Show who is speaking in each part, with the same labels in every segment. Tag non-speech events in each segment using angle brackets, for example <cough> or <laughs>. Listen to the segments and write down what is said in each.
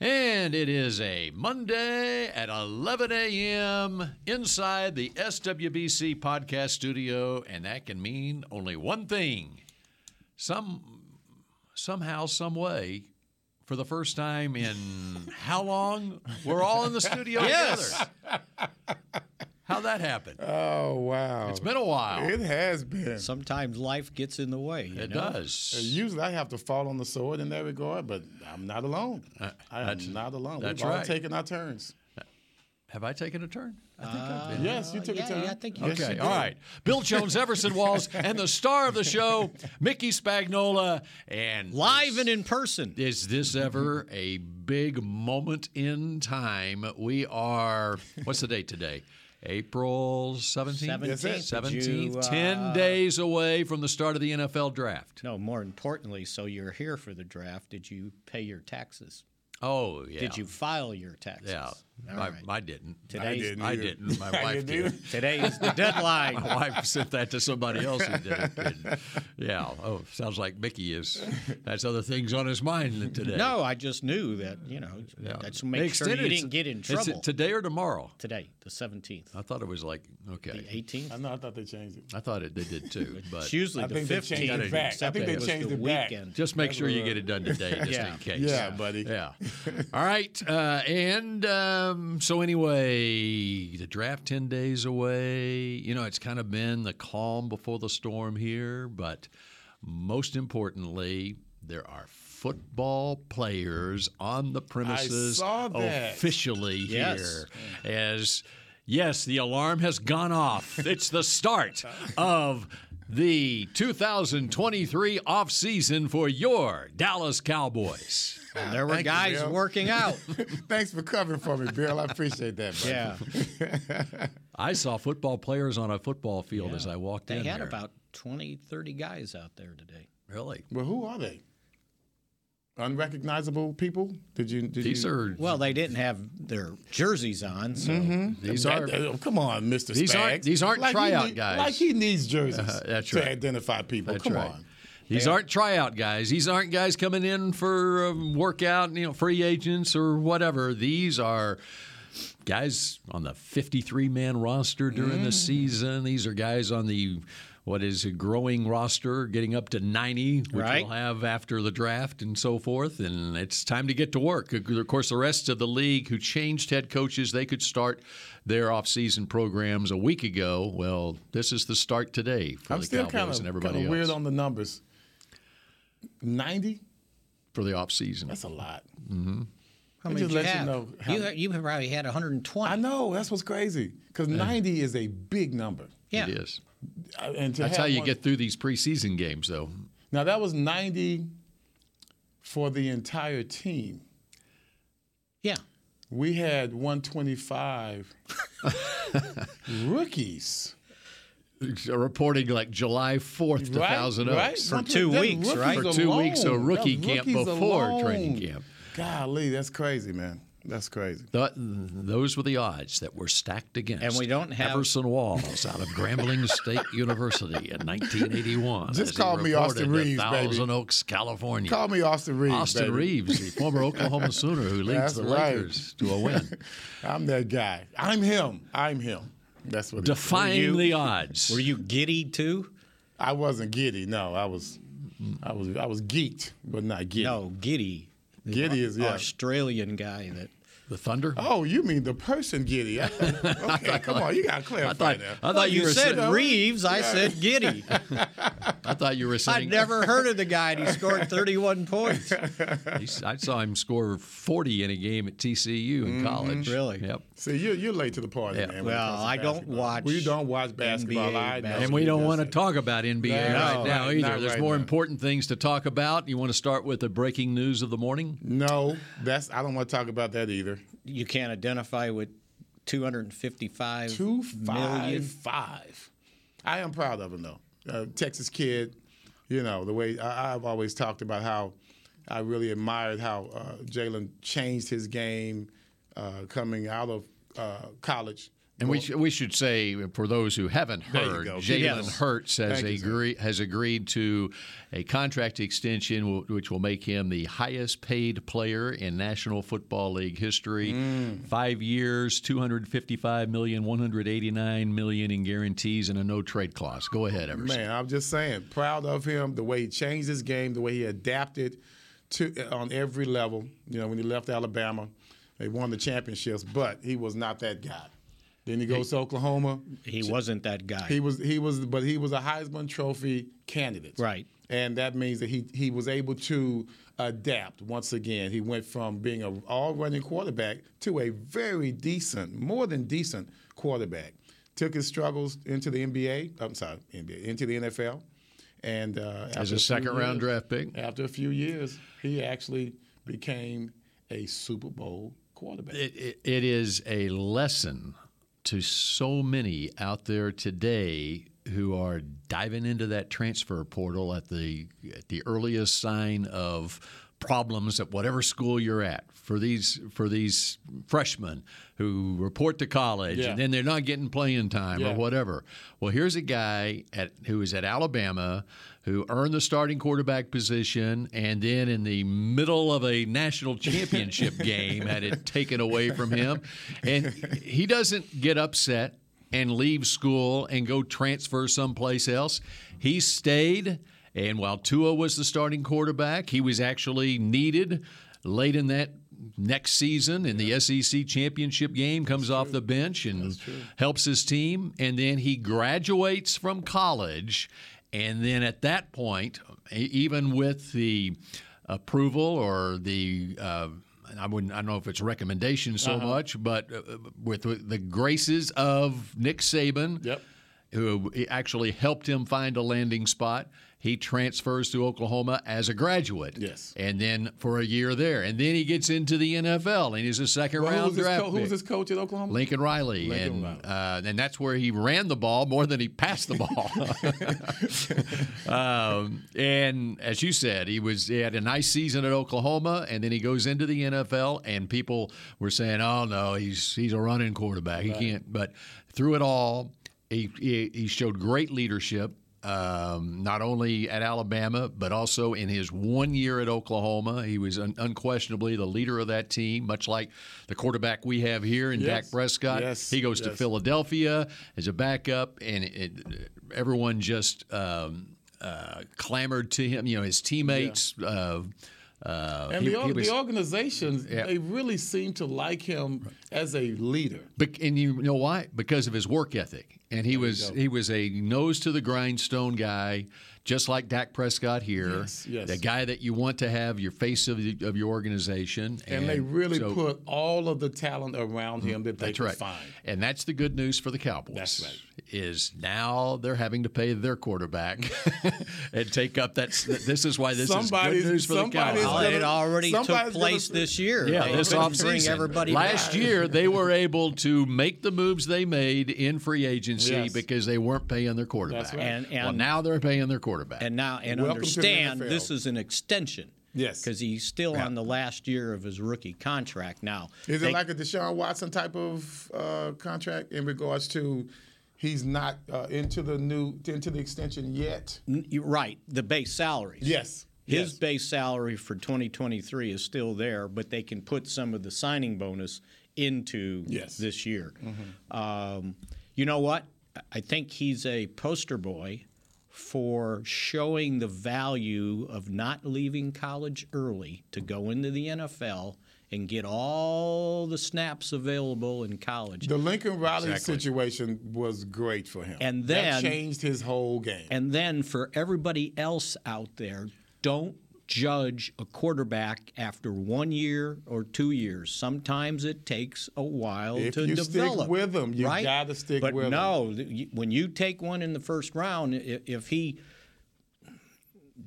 Speaker 1: And it is a Monday at 11 a.m. inside the SWBC podcast studio, and that can mean only one thing. Some somehow, some way, for the first time in how long? We're all in the studio together. How that happened?
Speaker 2: Oh wow!
Speaker 1: It's been a while.
Speaker 2: It has been.
Speaker 3: Sometimes life gets in the way. You
Speaker 1: It
Speaker 3: know?
Speaker 1: does.
Speaker 2: Usually I have to fall on the sword in that regard, but I'm not alone. I am not alone.
Speaker 1: Uh, that's
Speaker 2: We've all
Speaker 1: right.
Speaker 2: taken our turns.
Speaker 1: Have I taken a turn? I think I've been.
Speaker 2: Yes, you took
Speaker 3: Uh, yeah,
Speaker 2: a turn.
Speaker 3: yeah, I think you
Speaker 2: Yes,
Speaker 1: Okay,
Speaker 2: did.
Speaker 1: all right. Bill Jones, Everson Walls, and the star of the show, Mickey Spagnola, and
Speaker 3: Live and in person.
Speaker 1: Is this ever a big moment in time? We are, what's the date today? April 17th?
Speaker 3: Seventeenth. Yes, it is.
Speaker 1: 17th.
Speaker 3: Did you,
Speaker 1: 10
Speaker 3: uh,
Speaker 1: days away from the start of the NFL draft.
Speaker 3: No, more importantly, so you're here for the draft. Did you pay your taxes?
Speaker 1: Oh, yeah.
Speaker 3: Did you file your taxes?
Speaker 1: Yeah. I, I didn't.
Speaker 3: Today's,
Speaker 2: didn't.
Speaker 1: I
Speaker 2: either.
Speaker 1: didn't.
Speaker 3: <laughs>
Speaker 1: My
Speaker 2: I
Speaker 1: wife
Speaker 2: didn't either.
Speaker 1: did. <laughs>
Speaker 3: Today's the deadline.
Speaker 1: My wife sent that to somebody else who did it. And, yeah. Oh, sounds like Mickey is, that's other things on his mind today.
Speaker 3: No, I just knew that, you know,
Speaker 1: Yeah.
Speaker 3: that's
Speaker 1: They
Speaker 3: make sure
Speaker 1: extended
Speaker 3: you
Speaker 1: it
Speaker 3: didn't
Speaker 1: to- Uh,
Speaker 3: get in
Speaker 1: is it
Speaker 3: trouble.
Speaker 1: today or tomorrow?
Speaker 3: Today, the 17th,
Speaker 1: I thought it was like, okay.
Speaker 3: the 18th.
Speaker 2: I know. I thought they changed it.
Speaker 1: I thought it, they did
Speaker 3: <laughs>
Speaker 1: too. But
Speaker 3: It's usually
Speaker 2: I
Speaker 3: the
Speaker 2: think they
Speaker 3: 15th.
Speaker 2: changed it back. I
Speaker 3: except
Speaker 2: think they
Speaker 3: was
Speaker 2: changed
Speaker 3: the
Speaker 2: it back.
Speaker 3: weekend.
Speaker 1: Just make sure you
Speaker 2: Never, uh,
Speaker 1: get it done today, just
Speaker 3: Yeah.
Speaker 1: in case.
Speaker 2: Yeah, buddy.
Speaker 1: Yeah. All right. Uh, and um, so, anyway, the draft 10 days away. You know, it's kind of been the calm before the storm here, but most importantly, there are football players on the premises
Speaker 2: saw that.
Speaker 1: officially
Speaker 3: Yes.
Speaker 1: here as yes the alarm has gone
Speaker 3: <laughs>
Speaker 1: off it's the start of the 2023 offseason for your Dallas Cowboys
Speaker 3: And there were
Speaker 2: Thank you,
Speaker 3: guys
Speaker 2: Bill.
Speaker 3: working
Speaker 1: <laughs>
Speaker 3: out.
Speaker 2: Thanks for covering for me, Bill. I appreciate that. Buddy.
Speaker 3: yeah.
Speaker 1: I saw football players on a football field as I walked
Speaker 3: They
Speaker 1: in
Speaker 3: had
Speaker 1: here.
Speaker 3: about 20, 30 guys out there today.
Speaker 1: really
Speaker 2: But who are they? Unrecognizable people? Did you? Did
Speaker 1: these
Speaker 2: you,
Speaker 1: are
Speaker 3: Well, they didn't have their jerseys on, so
Speaker 1: these
Speaker 2: That-
Speaker 1: are
Speaker 2: oh, come on, Mr.
Speaker 1: These
Speaker 2: Spags.
Speaker 1: aren't- these aren't
Speaker 2: like he
Speaker 1: tryout
Speaker 2: need-
Speaker 1: guys. Uh-huh,
Speaker 2: Like he needs jerseys
Speaker 1: that's
Speaker 2: to
Speaker 1: right.
Speaker 2: identify people.
Speaker 1: That's
Speaker 2: come
Speaker 1: right.
Speaker 2: on.
Speaker 1: These aren't tryout guys. These aren't guys coming in for a workout, you know, free agents or whatever. These are guys on the 53 man roster during
Speaker 2: Mm-hmm.
Speaker 1: the season. These are guys on the what is a growing roster, getting up to 90, which
Speaker 3: Right.
Speaker 1: we'll have after the draft and so forth. And it's time to get to work. Of course, the rest of the league who changed head coaches, they could start their offseason programs a week ago. Well, this is the start today for
Speaker 2: I'm
Speaker 1: the
Speaker 2: still
Speaker 1: Cowboys
Speaker 2: kind
Speaker 1: and
Speaker 2: of
Speaker 1: everybody
Speaker 2: kind of
Speaker 1: else
Speaker 2: weird on the numbers. Ninety?
Speaker 1: for the offseason.
Speaker 2: That's a lot.
Speaker 3: How
Speaker 2: It
Speaker 3: many
Speaker 2: just
Speaker 3: did
Speaker 2: lets you
Speaker 3: have?
Speaker 2: know how-
Speaker 3: you, you probably had 120.
Speaker 2: I know that's what's crazy because ninety is a big number.
Speaker 3: yeah.
Speaker 1: It is.
Speaker 2: Uh, And to
Speaker 1: That's
Speaker 2: have
Speaker 1: how you
Speaker 2: one-
Speaker 1: get through these preseason games, though.
Speaker 2: Now that was ninety for the entire team.
Speaker 3: Yeah.
Speaker 2: We had one
Speaker 1: <laughs>
Speaker 2: twenty-five rookies.
Speaker 1: uh, Reporting like July 4th,
Speaker 2: Right,
Speaker 1: 2000.
Speaker 2: right?
Speaker 3: For two
Speaker 2: Them
Speaker 3: weeks,
Speaker 2: rookies
Speaker 3: right?
Speaker 1: For two
Speaker 2: alone.
Speaker 1: weeks, so
Speaker 2: Them
Speaker 1: rookie camp
Speaker 2: rookies
Speaker 1: before
Speaker 2: alone.
Speaker 1: training camp.
Speaker 2: Golly, that's crazy, man. That's crazy.
Speaker 1: Th- those were the odds that were stacked against.
Speaker 3: And we don't have-
Speaker 1: Everson Walls out of Grambling State <laughs> University in 1981.
Speaker 2: Just
Speaker 1: as he
Speaker 2: call me Austin
Speaker 1: reported at
Speaker 2: Reeves, baby.
Speaker 1: Thousand Oaks, California.
Speaker 2: Call me Austin Reeves.
Speaker 1: Austin
Speaker 2: baby.
Speaker 1: Reeves, the
Speaker 2: <laughs>
Speaker 1: former Oklahoma Sooner who leads
Speaker 2: That's
Speaker 1: the
Speaker 2: right.
Speaker 1: Lakers to
Speaker 2: <laughs>
Speaker 1: a win,
Speaker 2: I'm that guy. I'm him. I'm him. That's what. it is.
Speaker 1: defying
Speaker 3: you-
Speaker 1: the odds.
Speaker 3: Were you giddy too?
Speaker 2: I wasn't giddy. No, I was. I was. I was geeked, but not giddy.
Speaker 3: No, giddy.
Speaker 2: Giddy is yeah.
Speaker 3: Australian guy that
Speaker 1: the Thunder?
Speaker 2: Oh, you mean the person
Speaker 1: <laughs>
Speaker 2: giddy? I- okay, come on, you gotta clarify
Speaker 1: I thought,
Speaker 2: now.
Speaker 1: I thought you, were
Speaker 3: said
Speaker 1: saying-
Speaker 3: Reeves. <laughs> I said giddy.
Speaker 1: I thought you were
Speaker 3: I'd
Speaker 1: saying
Speaker 3: never heard of the guy, and he scored 31 <laughs> points.
Speaker 1: He's- I saw him score 40 in a game at TCU
Speaker 2: Mm-hmm.
Speaker 1: in college.
Speaker 3: Really?
Speaker 1: Yep.
Speaker 2: See, you're you're late to the party,
Speaker 1: Yeah.
Speaker 2: man. when it
Speaker 3: Well,
Speaker 2: comes to
Speaker 3: I don't
Speaker 2: basketball.
Speaker 3: watch.
Speaker 2: Well, you don't watch basketball.
Speaker 3: NBA
Speaker 2: I know.
Speaker 1: And we don't
Speaker 2: Yes.
Speaker 1: want to talk about NBA
Speaker 2: No,
Speaker 1: right now
Speaker 2: right,
Speaker 1: either.
Speaker 2: not
Speaker 1: There's
Speaker 2: right
Speaker 1: more
Speaker 2: now.
Speaker 1: important things to talk about. You want to start with the breaking news of the morning?
Speaker 2: No, that's. I don't want to talk about that either.
Speaker 3: You can't identify with two hundred and fifty-five
Speaker 2: Two five five. I am proud of him though. Uh, Texas kid, you know the way I, I've always talked about how I really admired how uh, Jalen changed his game uh, coming out of uh, college.
Speaker 1: And we, sh- we should say for those who haven't
Speaker 2: There you
Speaker 1: heard,
Speaker 2: go.
Speaker 1: Jalen
Speaker 2: Yes.
Speaker 1: Hurts has,
Speaker 2: Thank you, sir.
Speaker 1: agree- has agreed to a contract extension, w- which will make him the highest paid player in National Football League history.
Speaker 2: Mm.
Speaker 1: Five years, two hundred fifty-five million, one hundred eighty-nine million in guarantees, and a no trade clause. Go ahead, Everson.
Speaker 2: Man, I'm just saying, proud of him. The way he changed his game, the way he adapted to uh, on every level. You know, when he left Alabama, they won the championships, but he was not that guy. Then he goes to Oklahoma.
Speaker 3: He wasn't that guy.
Speaker 2: He was he was but he was a Heisman Trophy candidate.
Speaker 3: Right.
Speaker 2: And that means that he he was able to adapt once again. He went from being a all running quarterback to a very decent, more than decent quarterback. Took his struggles into the NBA. I'm sorry, NBA into the NFL. And uh,
Speaker 1: As
Speaker 2: after
Speaker 1: a
Speaker 2: few
Speaker 1: second round
Speaker 2: years-
Speaker 1: draft pick.
Speaker 2: After a few years, he actually became a Super Bowl quarterback.
Speaker 1: it, it, it is a lesson to so many out there today who are diving into that transfer portal at the at the earliest sign of problems at whatever school you're at for these for these freshmen who report to college
Speaker 2: Yeah.
Speaker 1: and then they're not getting playing time or
Speaker 2: Yeah.
Speaker 1: whatever. Well, here's a guy at who is at Alabama who earned the starting quarterback position and then in the middle of a national championship game had it taken away from him and he doesn't get upset and leave school and go transfer someplace else. He stayed and while Tua was the starting quarterback, he was actually needed late in that next season in the SEC championship game, comes off the bench and helps his team. And then he graduates from college. And then at that point, e- even with the approval or the uh, I wouldn't. I don't know if it's recommendation so much, but uh, with, with the graces of Nick Saban,
Speaker 2: Yep.
Speaker 1: who actually helped him find a landing spot. He transfers to Oklahoma as a graduate.
Speaker 2: Yes.
Speaker 1: And then for a year there. And then he gets into the NFL and he's a second
Speaker 2: Well, who
Speaker 1: round
Speaker 2: was his
Speaker 1: draft
Speaker 2: co- who was
Speaker 1: pick.
Speaker 2: his coach at Oklahoma?
Speaker 1: Lincoln Riley.
Speaker 2: Lincoln
Speaker 1: and,
Speaker 2: Riley.
Speaker 1: Uh, and that's where he ran the ball more than he passed
Speaker 2: <laughs>
Speaker 1: the ball. um, and as you said, he was he had a nice season at Oklahoma, and then he goes into the NFL, and people were saying, "Oh no, he's he's a running quarterback. He can't." But through it all, he he, he showed great leadership. Um, not only at Alabama, but also in his one year at Oklahoma, he was un- unquestionably the leader of that team. Much like the quarterback we have here in Dak
Speaker 2: Yes.
Speaker 1: Prescott,
Speaker 2: Yes.
Speaker 1: he goes to
Speaker 2: Yes.
Speaker 1: Philadelphia as a backup, and it, everyone just um, uh, clamored to him. You know, his teammates. Uh, uh,
Speaker 2: And
Speaker 1: he-
Speaker 2: the,
Speaker 1: he
Speaker 2: or-
Speaker 1: was-
Speaker 2: the organizations,
Speaker 1: Yeah.
Speaker 2: they really seem to like him as a leader.
Speaker 1: Bec- and you know why? Because of his work ethic. And he was he was a nose to the grindstone guy, just like Dak Prescott here.
Speaker 2: Yes, yes.
Speaker 1: The guy that you want to have your face of, the, of your organization.
Speaker 2: And, Mm-hmm. they really
Speaker 1: so-
Speaker 2: put all of the talent around him that they
Speaker 1: That's
Speaker 2: could
Speaker 1: right.
Speaker 2: find.
Speaker 1: And that's the good news for the Cowboys.
Speaker 2: That's right.
Speaker 1: Is now they're having to pay their quarterback <laughs> and take up that. This is why this is
Speaker 2: Somebody's-
Speaker 1: good news for the
Speaker 2: somebody's
Speaker 1: Cowboys.
Speaker 2: gonna-
Speaker 3: it already took
Speaker 2: Somebody's gonna
Speaker 3: place
Speaker 2: say-
Speaker 3: this year.
Speaker 1: Yeah,
Speaker 3: They
Speaker 1: this
Speaker 3: couldn't
Speaker 1: offseason.
Speaker 3: bring everybody
Speaker 1: Last
Speaker 3: back.
Speaker 1: year, they
Speaker 3: <laughs>
Speaker 1: were able to make the moves they made in free agency
Speaker 2: Yes.
Speaker 1: because they weren't paying their quarterback.
Speaker 2: That's right.
Speaker 3: And, and,
Speaker 1: well, now they're paying their quarterback.
Speaker 3: and now and
Speaker 2: Welcome to the
Speaker 3: understand
Speaker 2: NFL.
Speaker 3: this is an extension.
Speaker 2: Yes.
Speaker 3: Because he's still on the last year of his rookie contract now.
Speaker 2: Is
Speaker 3: They-
Speaker 2: it like a Deshaun Watson type of uh, contract in regards to he's not uh, into the new into the extension yet?
Speaker 3: N- you're right, the base salaries.
Speaker 2: Yes.
Speaker 3: His
Speaker 2: Yes.
Speaker 3: base salary for 2023 is still there, but they can put some of the signing bonus into
Speaker 2: Yes. Mm-hmm.
Speaker 3: this year. Um, you know what? I- I think he's a poster boy for showing the value of not leaving college early to go into the NFL and get all the snaps available in college.
Speaker 2: The Lincoln Riley situation was great for him.
Speaker 3: And
Speaker 2: that
Speaker 3: then-
Speaker 2: changed his whole game.
Speaker 3: And then for everybody else out there, don't judge a quarterback after one year or two years. Sometimes it takes a while
Speaker 2: If
Speaker 3: to
Speaker 2: you stick
Speaker 3: develop.
Speaker 2: with 'em, you
Speaker 3: right?
Speaker 2: gotta stick
Speaker 3: but
Speaker 2: with 'em.
Speaker 3: no, th- you- when you take one in the first round, i- if he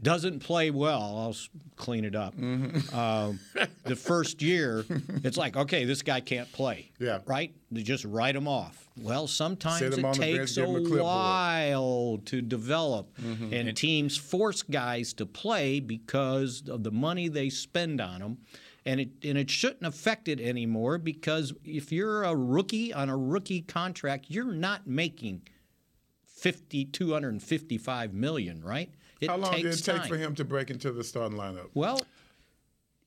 Speaker 3: doesn't play well, I'll s- clean it up.
Speaker 2: Mm-hmm.
Speaker 3: Um, the first year, it's like, okay, this guy can't play.
Speaker 2: <laughs> Yeah.
Speaker 3: Right? They just write him off. Well, sometimes
Speaker 2: Sit him
Speaker 3: it
Speaker 2: on the bench,
Speaker 3: takes
Speaker 2: give him a
Speaker 3: a
Speaker 2: clipboard. Mm-hmm.
Speaker 3: while to develop, and teams force guys to play because of the money they spend on them. And it, and it shouldn't affect it anymore because if you're a rookie on a rookie contract, you're not making 50, 255 million, right? It
Speaker 2: How long did
Speaker 3: takes
Speaker 2: it take
Speaker 3: time.
Speaker 2: for him to break into the starting lineup?
Speaker 3: Well,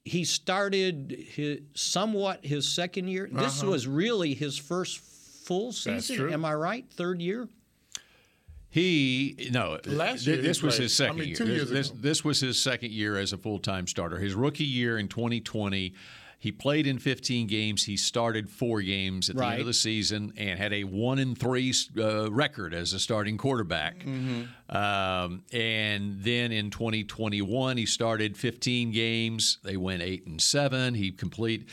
Speaker 3: he started his, somewhat his second year. This was really his first full season.
Speaker 2: Uh-huh. true.
Speaker 3: Am I right? Third year?
Speaker 1: He no
Speaker 2: Last
Speaker 1: th-
Speaker 2: year he
Speaker 1: this was
Speaker 2: played-
Speaker 1: his second
Speaker 2: I mean,
Speaker 1: year.
Speaker 2: two
Speaker 1: this,
Speaker 2: years
Speaker 1: this,
Speaker 2: ago.
Speaker 1: this was his second year as a full time starter. His rookie year in 2020, he played in 15 games. He started four games at the end
Speaker 3: Right.
Speaker 1: of the season and had a one in three uh, record as a starting quarterback.
Speaker 2: Mm-hmm.
Speaker 1: Um, and then in 2021, he started 15 games. They went eight and seven. He complete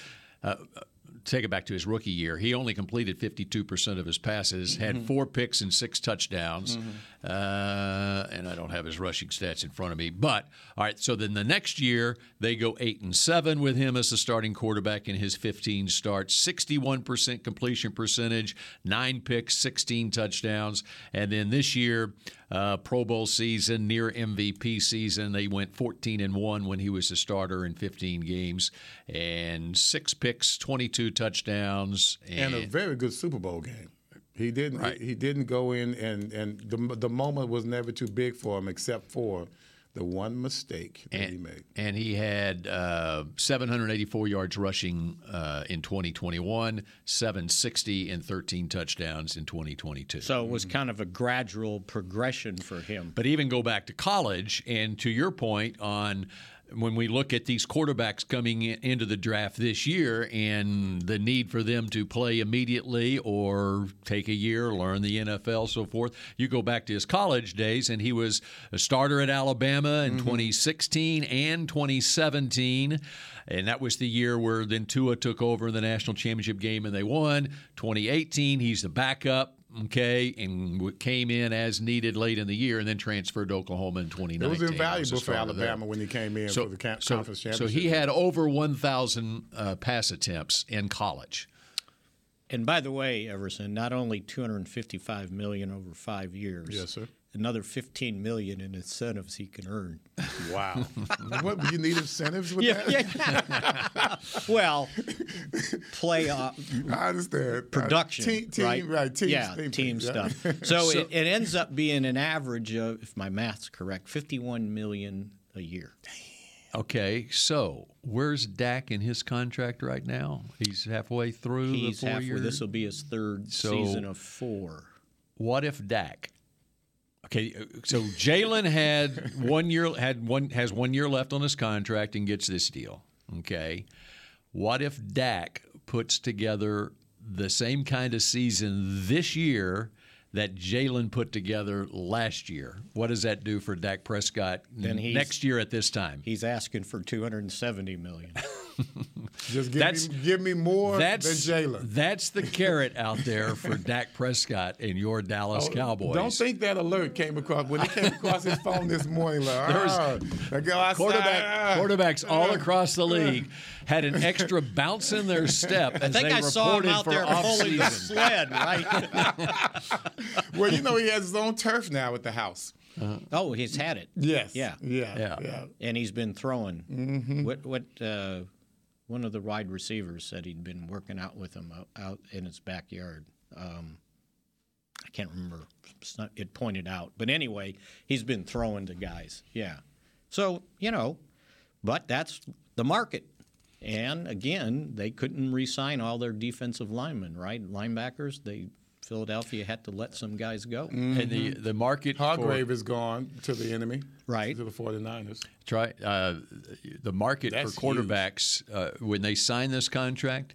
Speaker 1: take it back to his rookie year. He only completed 52% of his passes, had four picks and six touchdowns. Uh, and I don't have his rushing stats in front of me. But, all right, so then the next year, they go 8 and 7 with him as the starting quarterback in his 15 starts, 61% completion percentage, nine picks, 16 touchdowns. And then this year, uh, Pro Bowl season, near MVP season. They went 14 and 1 when he was a starter in 15 games and six picks, 22 touchdowns.
Speaker 2: and
Speaker 1: And,
Speaker 2: a very good Super Bowl game. He didn't.
Speaker 1: Right.
Speaker 2: He, he didn't go in, and and the the moment was never too big for him, except for the one mistake that he made.
Speaker 1: and he had uh, 784 yards rushing uh, in 2021, 760 and 13 touchdowns in 2022.
Speaker 3: So it was kind of a gradual progression for him.
Speaker 1: But even go back to college, and to your point on when we look at these quarterbacks coming in, into the draft this year and the need for them to play immediately or take a year, learn the NFL, so forth. You go back to his college days, and he was a starter at Alabama in 2016 and 2017. And that was the year where then Tua took over in the national championship game and they won. 2018, he's the backup okay, and w- came in as needed late in the year, and then transferred to Oklahoma in 2019.
Speaker 2: It was
Speaker 1: as a
Speaker 2: invaluable for
Speaker 1: starter there.
Speaker 2: Alabama when he came in for the ca-
Speaker 1: so,
Speaker 2: conference
Speaker 1: so
Speaker 2: championship.
Speaker 1: he had over 1,000 uh, pass attempts in college.
Speaker 3: And by the way, Everson, not only 255 million over 5 years.
Speaker 2: Yes, sir.
Speaker 3: Another 15 million in incentives he can earn.
Speaker 1: <laughs>
Speaker 2: wow. what you need incentives with that?
Speaker 3: well, playoff
Speaker 2: <laughs> I understand.
Speaker 3: production,
Speaker 2: team, team,
Speaker 3: right?
Speaker 2: Team,
Speaker 3: yeah,
Speaker 2: team,
Speaker 3: team
Speaker 2: yeah.
Speaker 3: stuff. So, it, it ends up being an average of, if my math's correct, fifty-one million a year.
Speaker 1: Okay, so where's Dak in his contract right now? He's halfway through
Speaker 3: He's
Speaker 1: the four
Speaker 3: halfway.
Speaker 1: year.
Speaker 3: This will be his third
Speaker 1: So-
Speaker 3: season of four.
Speaker 1: What if Dak? Okay, uh, so Jalen had one year had one has one year left on his contract and gets this deal. Okay, what if Dak puts together the same kind of season this year that Jalen put together last year? What does that do for Dak Prescott
Speaker 3: Then he's-
Speaker 1: next year at this time?
Speaker 3: He's asking for two hundred and seventy million.
Speaker 2: <laughs> Just give,
Speaker 1: That's-
Speaker 2: me, give me more than
Speaker 1: That's
Speaker 2: Jalen.
Speaker 1: that's the carrot out there for Dak Prescott and your Dallas
Speaker 3: Oh,
Speaker 1: Cowboys.
Speaker 2: Oh, Don't think that alert came across when it came across his phone this morning.
Speaker 1: <laughs>
Speaker 2: Like, ah, I go outside.
Speaker 1: Quarterback,
Speaker 2: ah.
Speaker 1: quarterbacks all across the league had an extra bounce in their step as
Speaker 3: I think
Speaker 1: they
Speaker 3: I saw him
Speaker 1: reported
Speaker 3: out
Speaker 1: for
Speaker 3: there pulling the
Speaker 1: offseason.
Speaker 3: sled, right?
Speaker 2: Well, <laughs> you know he has his own turf now at the house.
Speaker 3: oh, he's had it.
Speaker 2: Yes.
Speaker 3: Yeah.
Speaker 2: Yeah.
Speaker 1: Yeah.
Speaker 2: Yeah.
Speaker 3: and he's been throwing.
Speaker 2: Mm-hmm.
Speaker 3: What what uh, one of the wide receivers said he'd been working out with him out, out in his backyard. Um, I can't remember. It's not- it pointed out, but anyway, he's been throwing to guys. Yeah, so you know, but that's the market. And again, they couldn't re-sign all their defensive linemen, right? Linebackers, they Philadelphia had to let some guys go.
Speaker 2: Mm-hmm.
Speaker 1: And the, the market
Speaker 2: Hargrave is gone to the enemy.
Speaker 3: Right.
Speaker 2: To the 49ers.
Speaker 1: for try uh, the market
Speaker 2: That's
Speaker 1: for quarterbacks uh, when they sign this contract,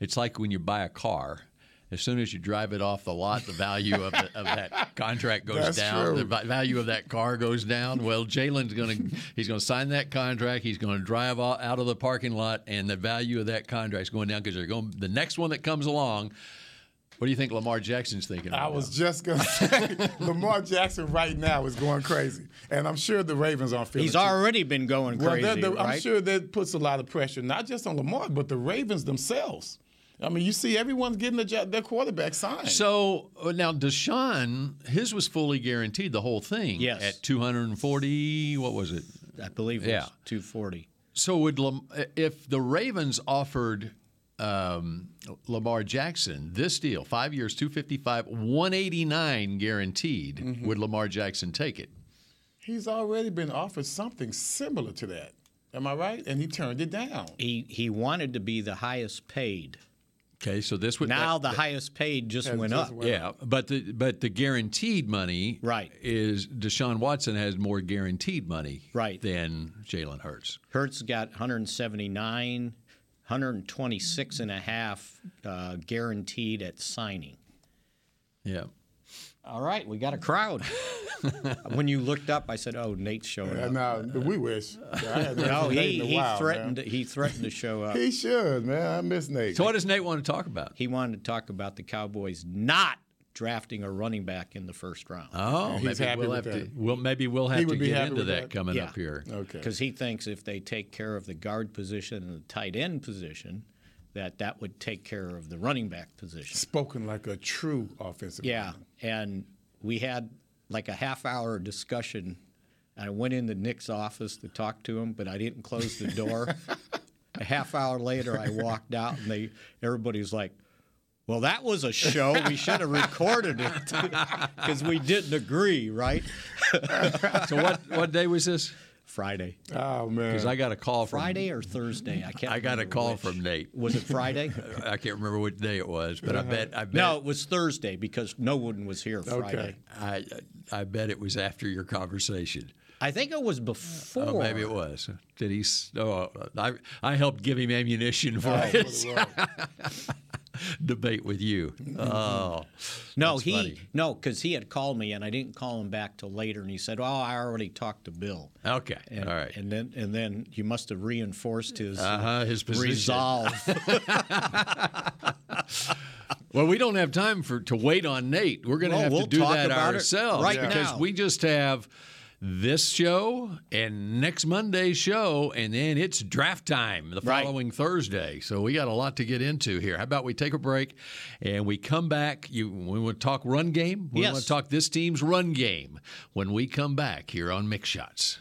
Speaker 1: it's like when you buy a car. As soon as you drive it off the lot, the value of, the,
Speaker 2: <laughs>
Speaker 1: of that contract goes
Speaker 2: That's
Speaker 1: down.
Speaker 2: true.
Speaker 1: The va- value of that car goes down. Well, Jalen's going to he's going to sign that contract. He's going to drive o- out of the parking lot, and the value of that contract is going down because they're going. The next one that comes along, What do you think Lamar Jackson's thinking?
Speaker 2: I
Speaker 1: right
Speaker 2: was
Speaker 1: now?
Speaker 2: just gonna <laughs> say Lamar Jackson right now is going crazy, and I'm sure the Ravens aren't feeling.
Speaker 3: He's
Speaker 2: too-
Speaker 3: already been going
Speaker 2: Well,
Speaker 3: crazy,
Speaker 2: that- that-
Speaker 3: right?
Speaker 2: I'm sure that puts a lot of pressure, not just on Lamar, but the Ravens themselves. I mean, you see, everyone's getting their, jo- their quarterback signed.
Speaker 1: So uh, now Deshaun, his was fully guaranteed the whole thing.
Speaker 3: Yes.
Speaker 1: At 240, what was it?
Speaker 3: I believe it was
Speaker 1: Yeah.
Speaker 3: 240.
Speaker 1: So would Lam- uh, if the Ravens offered um, Lamar Jackson this deal, five years, 255, 189 guaranteed,
Speaker 3: Mm-hmm.
Speaker 1: would Lamar Jackson take it?
Speaker 2: He's already been offered something similar to that. Am I right? And he turned it down.
Speaker 3: He he wanted to be the highest paid.
Speaker 1: Okay, so this would
Speaker 3: Now the highest paid just went
Speaker 2: just
Speaker 3: up.
Speaker 2: went-
Speaker 1: Yeah, but the but the guaranteed money
Speaker 3: Right.
Speaker 1: is Deshaun Watson has more guaranteed money
Speaker 3: Right.
Speaker 1: than Jalen Hurts.
Speaker 3: Hertz got 179, 126 and a half uh, guaranteed at signing.
Speaker 1: Yeah.
Speaker 3: All right, we got a crowd. <laughs> when you looked up, I said, "Oh, Nate's showing
Speaker 2: Yeah,
Speaker 3: up."
Speaker 2: nah, we wish. I hadn't
Speaker 3: No,
Speaker 2: heard from Nate
Speaker 3: he,
Speaker 2: in a
Speaker 3: he
Speaker 2: while,
Speaker 3: threatened
Speaker 2: man.
Speaker 3: he threatened
Speaker 2: <laughs>
Speaker 3: to show up.
Speaker 2: He should, man. I miss Nate.
Speaker 1: So what does Nate want to talk about?
Speaker 3: He wanted to talk about the Cowboys not drafting a running back in the first round.
Speaker 1: Oh,
Speaker 2: He's
Speaker 1: maybe
Speaker 2: happy
Speaker 1: we'll have
Speaker 2: with
Speaker 1: to.
Speaker 2: that.
Speaker 1: Well, maybe we'll have
Speaker 2: He
Speaker 1: to
Speaker 2: would be
Speaker 1: get
Speaker 2: happy
Speaker 1: into
Speaker 2: with
Speaker 1: that
Speaker 2: that.
Speaker 1: coming
Speaker 3: Yeah.
Speaker 1: up here.
Speaker 2: Okay.
Speaker 3: Because he thinks if they take care of the guard position and the tight end position, that that would take care of the running back position.
Speaker 2: Spoken like a true offensive.
Speaker 3: Yeah,
Speaker 2: lineman.
Speaker 3: and we had like a half hour discussion. I went into Nick's office to talk to him, but I didn't close the door. a half hour later, I walked out, and they everybody's like. Well, that was a show. We should have recorded it <laughs> because we didn't agree, right?
Speaker 1: So what what day was this? <laughs>
Speaker 3: Friday,
Speaker 2: Oh man.
Speaker 1: Because I got a call from
Speaker 3: Friday or Thursday? I can't.
Speaker 1: I got a
Speaker 3: remember
Speaker 1: call
Speaker 3: which.
Speaker 1: from Nate. Uh,
Speaker 3: Was it
Speaker 1: <laughs>
Speaker 3: Friday?
Speaker 1: I can't remember what day it was, but I bet I bet
Speaker 3: No, it was Thursday because no one was here Friday.
Speaker 1: I I bet it was after your conversation.
Speaker 3: I think it was before.
Speaker 1: Oh, maybe it was. Did he? s- Oh, I I helped give him ammunition for his <laughs> debate with you. Oh,
Speaker 3: No,
Speaker 1: That's
Speaker 3: he
Speaker 1: funny.
Speaker 3: no, because he had called me and I didn't call him back till later, and he said, "Oh, I already talked to Bill."
Speaker 1: okay,
Speaker 3: And,
Speaker 1: Oh, all right.
Speaker 3: And then and then you must have reinforced his
Speaker 1: Uh-huh, his position. <laughs>
Speaker 3: resolve.
Speaker 1: Well, we don't have time for to wait on Nate. We're going to
Speaker 3: Well,
Speaker 1: have
Speaker 3: we'll
Speaker 1: to do
Speaker 3: talk
Speaker 1: that
Speaker 3: about it
Speaker 1: ourselves
Speaker 3: right Yeah.
Speaker 1: because
Speaker 3: now.
Speaker 1: we just have this show and next Monday's show, and then it's draft time the
Speaker 3: Right.
Speaker 1: following Thursday. So we got a lot to get into here. How about we take a break and we come back? You, we want to talk run game. We
Speaker 3: Yes.
Speaker 1: want to talk this team's run game when we come back here on Mix Shots.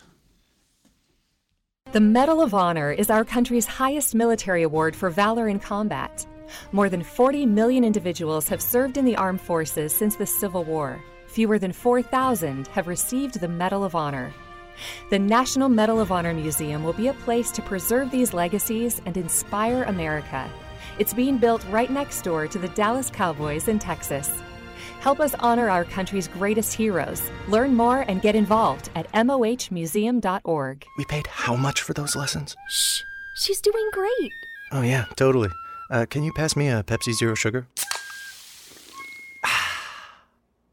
Speaker 4: The Medal of Honor is our country's highest military award for valor in combat. More than 40 million individuals have served in the armed forces since the Civil War. Fewer than 4,000 have received the Medal of Honor. The National Medal of Honor Museum will be a place to preserve these legacies and inspire America. It's being built right next door to the Dallas Cowboys in Texas. Help us honor our country's greatest heroes. Learn more and get involved at mohmuseum.org.
Speaker 5: We paid how much for those lessons?
Speaker 6: She's doing great.
Speaker 5: Oh, yeah, totally. Uh, can you pass me a Pepsi Zero Sugar? <sighs> Ah.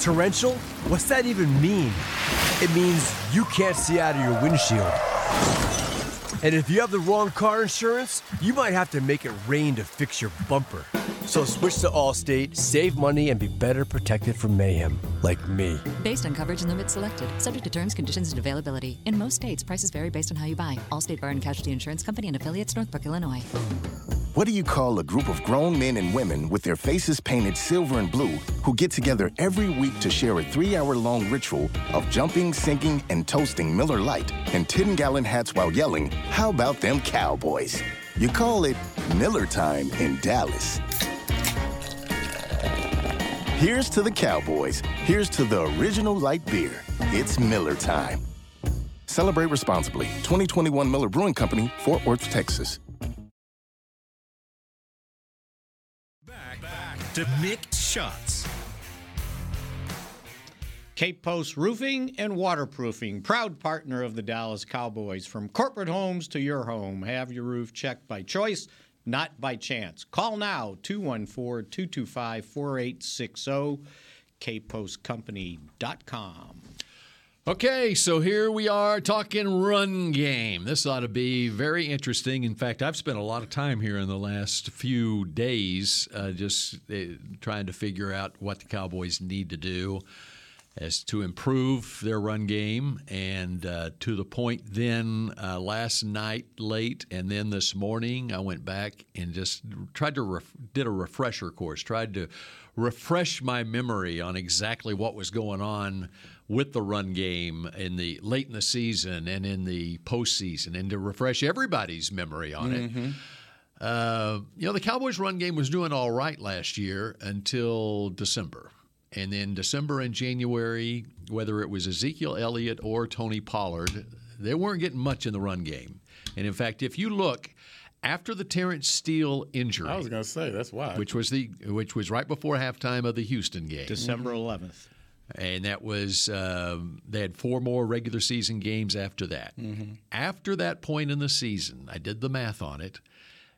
Speaker 7: Torrential? What's that even mean? It means you can't see out of your windshield. And if you have the wrong car insurance, you might have to make it rain to fix your bumper. So switch to Allstate, save money, and be better protected from mayhem, like me.
Speaker 8: Based on coverage and limits selected, subject to terms, conditions, and availability. In most states, prices vary based on how you buy. Allstate Bar and Casualty Insurance Company and affiliates, Northbrook, Illinois.
Speaker 9: What do you call a group of grown men and women with their faces painted silver and blue who get together every week to share a three hour long ritual of jumping, sinking, and toasting Miller Lite in 10 gallon hats while yelling, How about them cowboys? You call it Miller Time in Dallas. Here's to the Cowboys. Here's to the original light beer. It's Miller Time. Celebrate responsibly. 2021 Miller Brewing Company, Fort Worth, Texas.
Speaker 10: To Mix Shots.
Speaker 3: Cape Post Roofing and Waterproofing, proud partner of the Dallas Cowboys. From corporate homes to your home, have your roof checked by choice, not by chance. Call now 214 225 4860, kpostcompany.com.
Speaker 1: Okay, so here we are talking run game. This ought to be very interesting. In fact, I've spent a lot of time here in the last few days uh, just uh, trying to figure out what the Cowboys need to do as to improve their run game. And uh, to the point, then uh, last night late, and then this morning, I went back and just tried to ref- did a refresher course, tried to refresh my memory on exactly what was going on with the run game in the late in the season and in the postseason, and to refresh everybody's memory on it. Uh, you know, the Cowboys' run game was doing all right last year until December. And then December and January, whether it was Ezekiel Elliott or Tony Pollard, they weren't getting much in the run game. And in fact, if you look after the Terrence Steele injury,
Speaker 2: I was going to say that's why.
Speaker 1: which was the which was right before halftime of the Houston game,
Speaker 3: December 11th.
Speaker 1: and that was um, they had four more regular season games after that. After that point in the season, I did the math on it.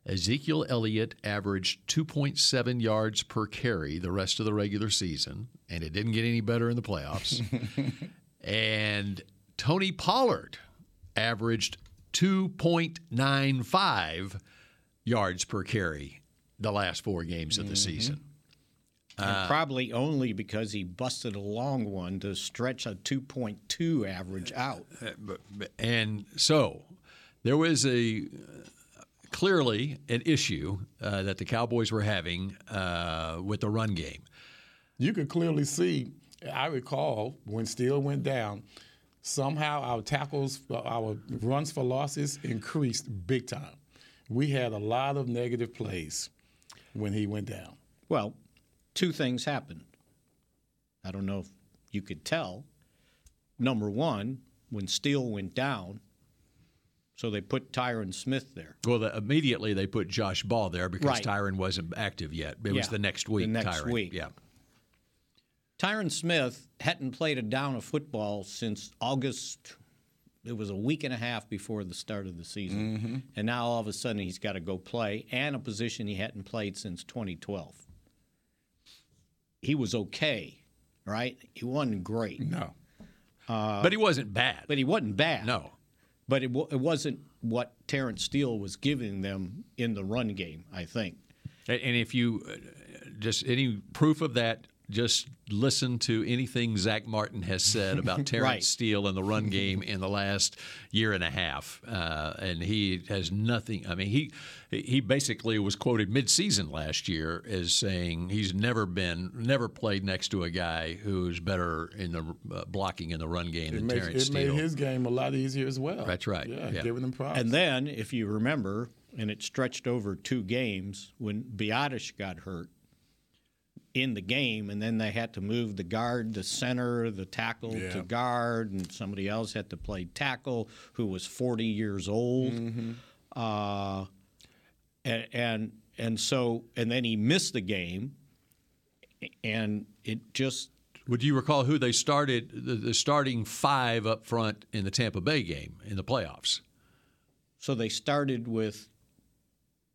Speaker 1: Ezekiel Elliott averaged 2.7 yards per carry the rest of the regular season, and it didn't get any better in the playoffs. and Tony Pollard averaged 2.95 yards per carry the last four games of the season.
Speaker 3: And probably only because he busted a long one to stretch a 2.2 average out.
Speaker 1: And so there was a clearly an issue uh, that the Cowboys were having uh, with the run game.
Speaker 2: you could clearly see. I recall when Steele went down, somehow our tackles, our runs for losses increased big time. We had a lot of negative plays when he went down.
Speaker 3: Well, two things happened. I don't know if you could tell. Number one, when Steele went down, so they put Tyron Smith there.
Speaker 1: Well, the, immediately they put Josh Ball there because
Speaker 3: Right.
Speaker 1: Tyron wasn't active yet. It
Speaker 3: Yeah.
Speaker 1: was the next week.
Speaker 3: The next
Speaker 1: Tyron.
Speaker 3: week.
Speaker 1: Yeah.
Speaker 3: Tyron Smith hadn't played a down of football since August. It was a week and a half before the start of the season. And now all of a sudden he's got to go play and a position he hadn't played since 2012. He was okay, right? He wasn't great.
Speaker 1: Mm.
Speaker 2: No.
Speaker 1: but he wasn't bad.
Speaker 3: But he wasn't bad.
Speaker 1: No.
Speaker 3: But it, w- it wasn't what Terrence Steele was giving them in the run game, I think.
Speaker 1: And and if you uh, just any proof of that, just listen to anything Zach Martin has
Speaker 2: <laughs>
Speaker 1: said about Terrence
Speaker 3: Right.
Speaker 1: Steele and the run game in the last year and a half. Uh, and he has nothing. I mean, he he basically was quoted midseason last year as saying he's never been, never played next to a guy who's better in the uh, blocking in the run game
Speaker 2: It,
Speaker 1: than
Speaker 2: made,
Speaker 1: Terrence
Speaker 2: it made
Speaker 1: Steele.
Speaker 2: his game a lot easier as well.
Speaker 1: That's right.
Speaker 2: Yeah,
Speaker 1: Yeah.
Speaker 2: giving them props.
Speaker 3: And then, if you remember, and it stretched over two games when Biotish got hurt in the game, and then they had to move the guard to center, the tackle
Speaker 2: Yeah.
Speaker 3: to guard, and somebody else had to play tackle who was 40 years old. Uh, and, and and so and then he missed the game, and it just
Speaker 1: Would you recall who they started the, the starting five up front in the Tampa Bay game in the playoffs?
Speaker 3: so they started with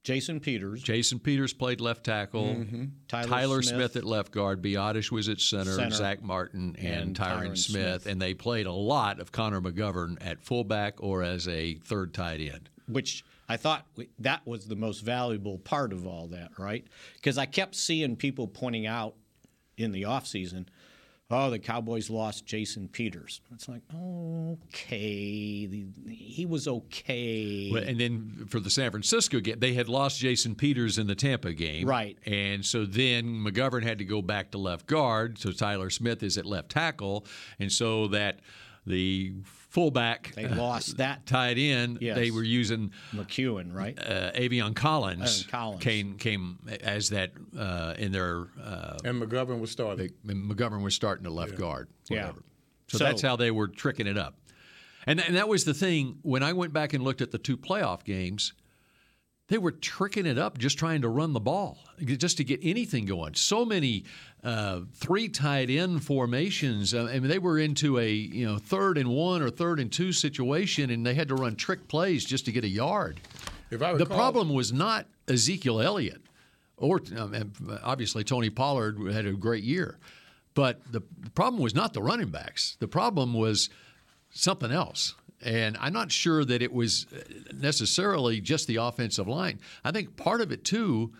Speaker 3: Jason Peters,
Speaker 1: Jason Peters played left tackle.
Speaker 3: Mm-hmm. Tyler,
Speaker 1: Smith. at left guard. Biotish was at center.
Speaker 3: Center.
Speaker 1: Zach Martin and,
Speaker 3: And
Speaker 1: Tyron, Smith.
Speaker 3: Tyron Smith.
Speaker 1: And they played a lot of Connor McGovern at fullback or as a third tight end.
Speaker 3: which I thought w- that was the most valuable part of all that, right? Because I kept seeing people pointing out in the offseason, oh, the Cowboys lost Jason Peters. It's like, okay, the- he was okay.
Speaker 1: Well, And then for the San Francisco game, they had lost Jason Peters in the Tampa game.
Speaker 3: Right.
Speaker 1: And so then McGovern had to go back to left guard. So Tyler Smith is at left tackle. And so that the fullback
Speaker 3: They lost that
Speaker 1: tied in,
Speaker 3: Yes.
Speaker 1: they were using
Speaker 3: McEwen, right?
Speaker 1: uh, Avion Collins,
Speaker 3: Avion Collins.
Speaker 1: came came as that uh, in their uh,
Speaker 2: and McGovern was starting.
Speaker 1: and McGovern was starting to left guard.
Speaker 3: Yeah.
Speaker 1: Whatever. So,
Speaker 3: So-
Speaker 1: that's how they were tricking it up. And, and that was the thing when I went back and looked at the two playoff games. They were tricking it up just trying to run the ball, just to get anything going. So many uh, three tight end formations. uh, I mean, they were into a you know third and one or third and two situation, and they had to run trick plays just to get a yard.
Speaker 2: If I
Speaker 1: the
Speaker 2: recall-
Speaker 1: problem was not Ezekiel Elliott, or um, and obviously Tony Pollard had a great year, but the problem was not the running backs. The problem was something else. And I'm not sure that it was uh, necessarily just the offensive line. I think part of it too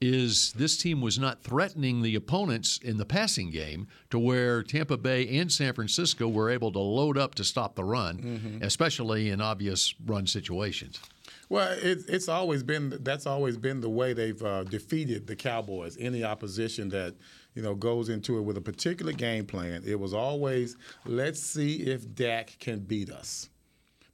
Speaker 1: is this team was not threatening the opponents in the passing game to where Tampa Bay and San Francisco were able to load up to stop the run,
Speaker 2: Mhm.
Speaker 1: especially in obvious run situations.
Speaker 2: Well, it, it's always been that's always been the way they've uh, defeated the Cowboys. Any opposition that you know goes into it with a particular game plan, it was always let's see if Dak can beat us.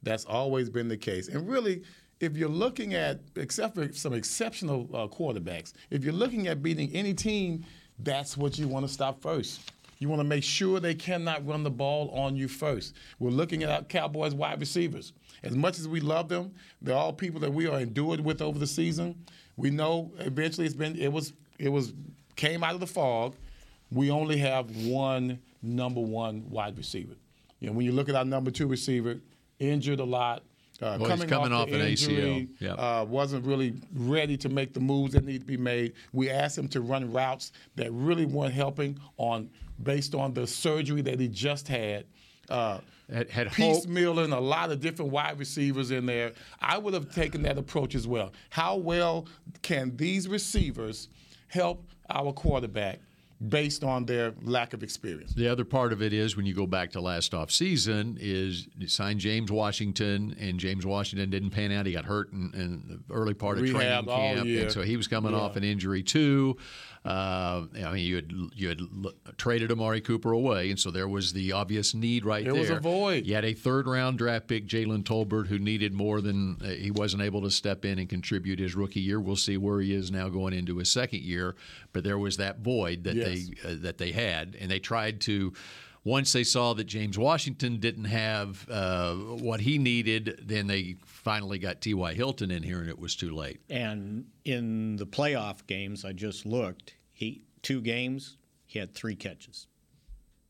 Speaker 2: That's always been the case, and really. If you're looking at, except for some exceptional uh, quarterbacks, if you're looking at beating any team, that's what you want to stop first. You want to make sure they cannot run the ball on you first. We're looking at our Cowboys wide receivers. As much as we love them, they're all people that we are endured with over the season. We know eventually it's been it was it was came out of the fog. We only have one number one wide receiver. You know, when you look at our number two receiver, injured a lot. Uh,
Speaker 1: Well, he's coming off
Speaker 2: the
Speaker 1: an ACL.
Speaker 2: injury,
Speaker 1: Yeah.
Speaker 2: uh, wasn't really ready to make the moves that need to be made. We asked him to run routes that really weren't helping on based on the surgery that he just had. Uh,
Speaker 1: had, had
Speaker 2: piecemealing a lot of different wide receivers in there. I would have taken that approach as well. How well can these receivers help our quarterback based on their lack of experience?
Speaker 1: The other part of it is when you go back to last offseason is you signed James Washington and James Washington didn't pan out. He got hurt in, in the early part of
Speaker 2: Rehabbed
Speaker 1: training
Speaker 2: all
Speaker 1: camp,
Speaker 2: year.
Speaker 1: and so he was coming
Speaker 2: Oh, Yeah.
Speaker 1: off an injury too. Uh, I mean, you had you had l- traded Amari Cooper away, and so there was the obvious need right
Speaker 2: There
Speaker 1: there.
Speaker 2: was a void.
Speaker 1: You had a third round draft pick, Jalen Tolbert, who needed more than uh, he wasn't able to step in and contribute his rookie year. We'll see where he is now going into his second year, but there was that void that
Speaker 2: Yes.
Speaker 1: they uh, that they had, and they tried to. Once they saw that James Washington didn't have uh, what he needed, then they finally got T.Y. Hilton in here, and it was too late.
Speaker 3: And in the playoff games, I just looked. He two games, he had three catches.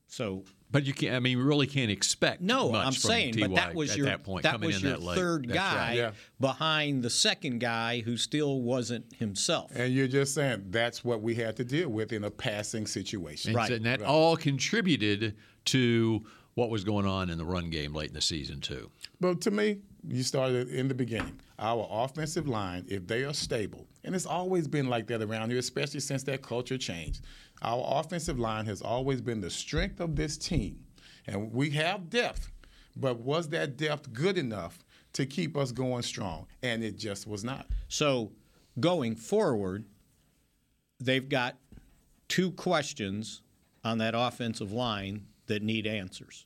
Speaker 3: So
Speaker 1: But you can't. I mean, you really can't expect.
Speaker 3: no,
Speaker 1: much
Speaker 3: I'm
Speaker 1: from
Speaker 3: saying,
Speaker 1: T.Y.
Speaker 3: but that was
Speaker 1: at
Speaker 3: your
Speaker 1: that point coming
Speaker 3: was
Speaker 1: in
Speaker 3: your
Speaker 1: that late.
Speaker 3: third
Speaker 1: That's
Speaker 3: guy
Speaker 1: right.
Speaker 3: behind the second guy who still wasn't himself.
Speaker 2: And you're just saying that's what we had to deal with in a passing situation.
Speaker 1: And, and that all contributed to what was going on in the run game late in the season, too.
Speaker 2: But to me, you started in the beginning. Our offensive line, if they are stable, and it's always been like that around here, especially since that culture changed. Our offensive line has always been the strength of this team. And we have depth, but was that depth good enough to keep us going strong? And it just was not.
Speaker 3: So going forward, they've got two questions on that offensive line that need answers.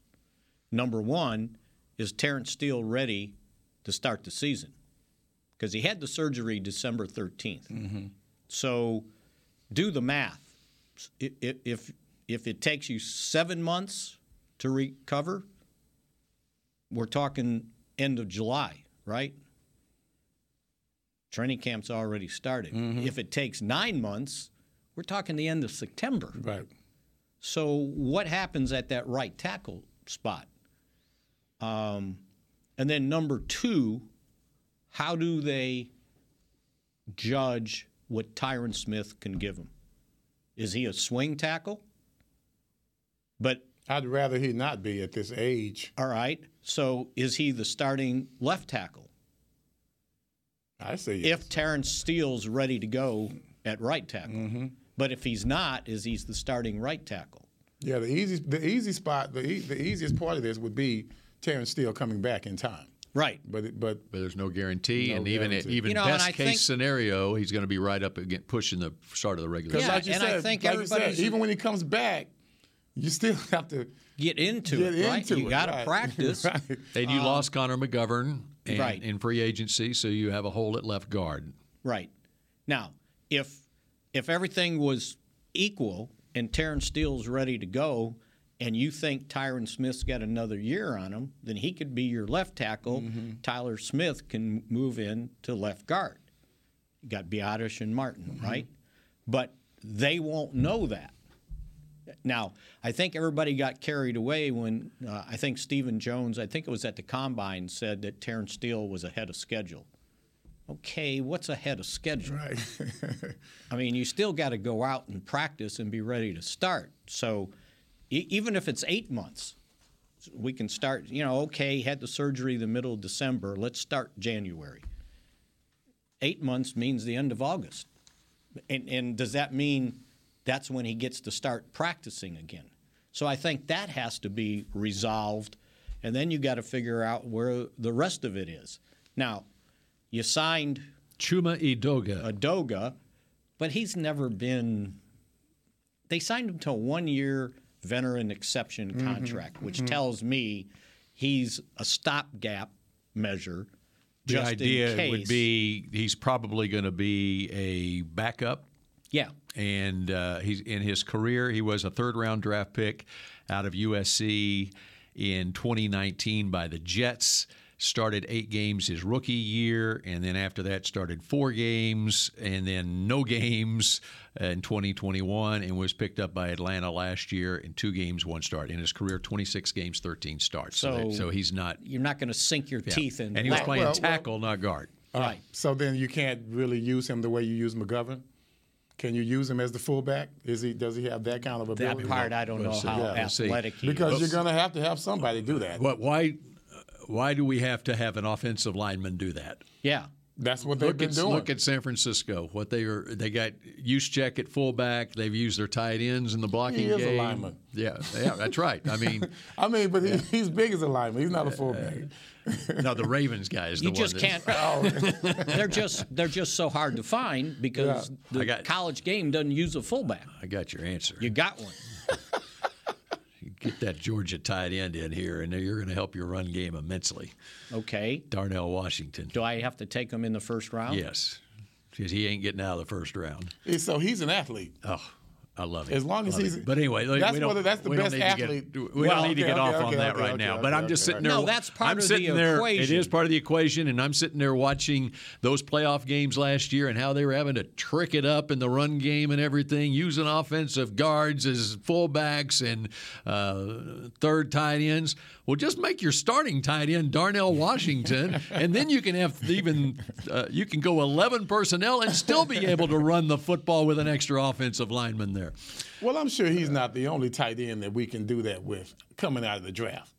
Speaker 3: Number one is Terrence Steele ready to start the season? Because he had the surgery December 13th. So do the math. I- i- If, if it takes you seven months to recover, we're talking end of July, right? Training camp's already started. If it takes nine months, we're talking the end of September.
Speaker 2: Right.
Speaker 3: So what happens at that right tackle spot? Um, and then number two, how do they judge what Tyron Smith can give them? Is he a swing tackle? But
Speaker 2: I'd rather he not be at this age.
Speaker 3: All right. So is he the starting left tackle?
Speaker 2: I say
Speaker 3: If Terrence Steele's ready to go at right tackle.
Speaker 2: Mm-hmm.
Speaker 3: But if he's not, is he's the starting right tackle?
Speaker 2: Yeah, the easy the easy spot the e- the easiest part of this would be Terrence Steele coming back in time.
Speaker 3: Right.
Speaker 2: But but
Speaker 1: But there's no guarantee,
Speaker 2: No
Speaker 1: and even at,
Speaker 2: guarantee.
Speaker 1: even
Speaker 2: You know, and
Speaker 1: best
Speaker 2: I
Speaker 1: case
Speaker 2: think-
Speaker 1: scenario, he's going to be right up against pushing the start of the regular.
Speaker 2: Because
Speaker 1: season.
Speaker 2: like you said, like you said, even when he comes back, you still <laughs> have to
Speaker 3: get into
Speaker 2: get
Speaker 3: it, right?
Speaker 2: into
Speaker 3: You
Speaker 2: it,
Speaker 3: gotta
Speaker 2: right. <laughs>
Speaker 3: practice.
Speaker 2: Right.
Speaker 1: and you lost Connor McGovern and,
Speaker 3: Um, Right.
Speaker 1: in free agency, so you have a hole at left guard.
Speaker 3: Right. Now, if if everything was equal and Terrence Steele's ready to go and you think Tyron Smith's got another year on him, then he could be your left tackle. Tyler Smith can move in to left guard. You got Biotish and Martin, right? But they won't know that. Now, I think everybody got carried away when uh, I think Stephen Jones, I think it was at the combine, said that Terrence Steele was ahead of schedule. Okay, what's ahead of schedule? Right. I mean, you still got to go out and practice and be ready to start. So, e- even if it's eight months, we can start. You know, okay, had the surgery the middle of December. Let's start January. Eight months means the end of August, and and does that mean that's when he gets to start practicing again? So I think that has to be resolved, and then you got to figure out where the rest of it is. Now, you signed
Speaker 1: Chuma Idoga.
Speaker 3: Idoga, but he's never been. They signed him to a one-year veteran exception
Speaker 1: Mm-hmm.
Speaker 11: Mhm.
Speaker 3: contract, which
Speaker 11: Mhm.
Speaker 3: tells me he's a stopgap measure.
Speaker 1: The
Speaker 3: Just
Speaker 1: idea
Speaker 3: in case.
Speaker 1: would be he's probably going to be a backup.
Speaker 3: Yeah.
Speaker 1: And uh, he's in his career, he was a third round draft pick out of USC in 2019 by the Jets. Started eight games his rookie year, and then after that, started four games, and then no games in 2021, and was picked up by Atlanta last year in two games, one start. In his career, 26 games, 13 starts. So,
Speaker 3: So-
Speaker 1: that- so he's not
Speaker 3: You're not going to sink your
Speaker 1: Yeah.
Speaker 3: teeth in.
Speaker 1: And he was
Speaker 3: that.
Speaker 1: playing tackle, not guard.
Speaker 2: All right. So then you can't really use him the way you use McGovern. Can you use him as the fullback? Is he does he have that kind of ability?
Speaker 3: part I don't We'll know see. how We'll see. athletic he
Speaker 2: because
Speaker 3: is.
Speaker 2: you're going to have to have somebody do that.
Speaker 1: What? Why? Why do we have to have an offensive lineman do that?
Speaker 3: Yeah.
Speaker 2: That's what
Speaker 1: Look
Speaker 2: they've been
Speaker 1: at,
Speaker 2: doing.
Speaker 1: look at San Francisco. What they are they got use check at fullback. They've used their tight ends in the blocking
Speaker 2: He is a
Speaker 1: game.
Speaker 2: lineman.
Speaker 1: Yeah, yeah, that's right.
Speaker 2: <laughs>
Speaker 1: I mean,
Speaker 2: I mean, but he, he's big as a lineman. He's not a fullback.
Speaker 1: no, the Ravens guy is
Speaker 3: You
Speaker 1: the
Speaker 3: just
Speaker 1: one. <laughs> Oh.
Speaker 3: can't.
Speaker 1: that's-
Speaker 3: <laughs> they're just they're just so hard to find because
Speaker 1: Yeah.
Speaker 3: the
Speaker 1: I got-
Speaker 3: college game doesn't use a fullback.
Speaker 1: I got your answer.
Speaker 3: You got one.
Speaker 1: Get that Georgia tight end in here, and you're going to help your run game immensely.
Speaker 3: Okay.
Speaker 1: Darnell Washington.
Speaker 3: Do I have to take him in the first round?
Speaker 1: Yes, because he ain't getting out of the first round.
Speaker 2: Hey, So he's an athlete.
Speaker 1: Oh, I love him.
Speaker 2: As long as
Speaker 1: Love
Speaker 2: he's-
Speaker 1: him. But anyway, like,
Speaker 2: that's
Speaker 1: we don't,
Speaker 2: whether- that's the
Speaker 1: we don't
Speaker 2: best
Speaker 1: need to get-
Speaker 2: athlete.
Speaker 1: we
Speaker 2: Well,
Speaker 1: don't need to
Speaker 2: okay, okay,
Speaker 1: get off on
Speaker 2: okay,
Speaker 1: that
Speaker 2: okay,
Speaker 1: right
Speaker 2: okay,
Speaker 1: now.
Speaker 2: okay,
Speaker 1: but I'm
Speaker 2: okay,
Speaker 1: just sitting there.
Speaker 3: No, that's part
Speaker 1: I'm
Speaker 3: of the
Speaker 1: sitting there, It is
Speaker 3: equation.
Speaker 1: part of the equation, and I'm sitting there watching those playoff games last year and how they were having to trick it up in the run game and everything, using offensive guards as fullbacks and uh, third tight ends. Well, just make your starting tight end Darnell
Speaker 2: <laughs>
Speaker 1: Washington, and then you can have even uh, you can go 11 personnel and still be able to run the football with an extra offensive lineman there.
Speaker 2: Well, I'm sure he's not the only tight end that we can do that with coming out of the draft.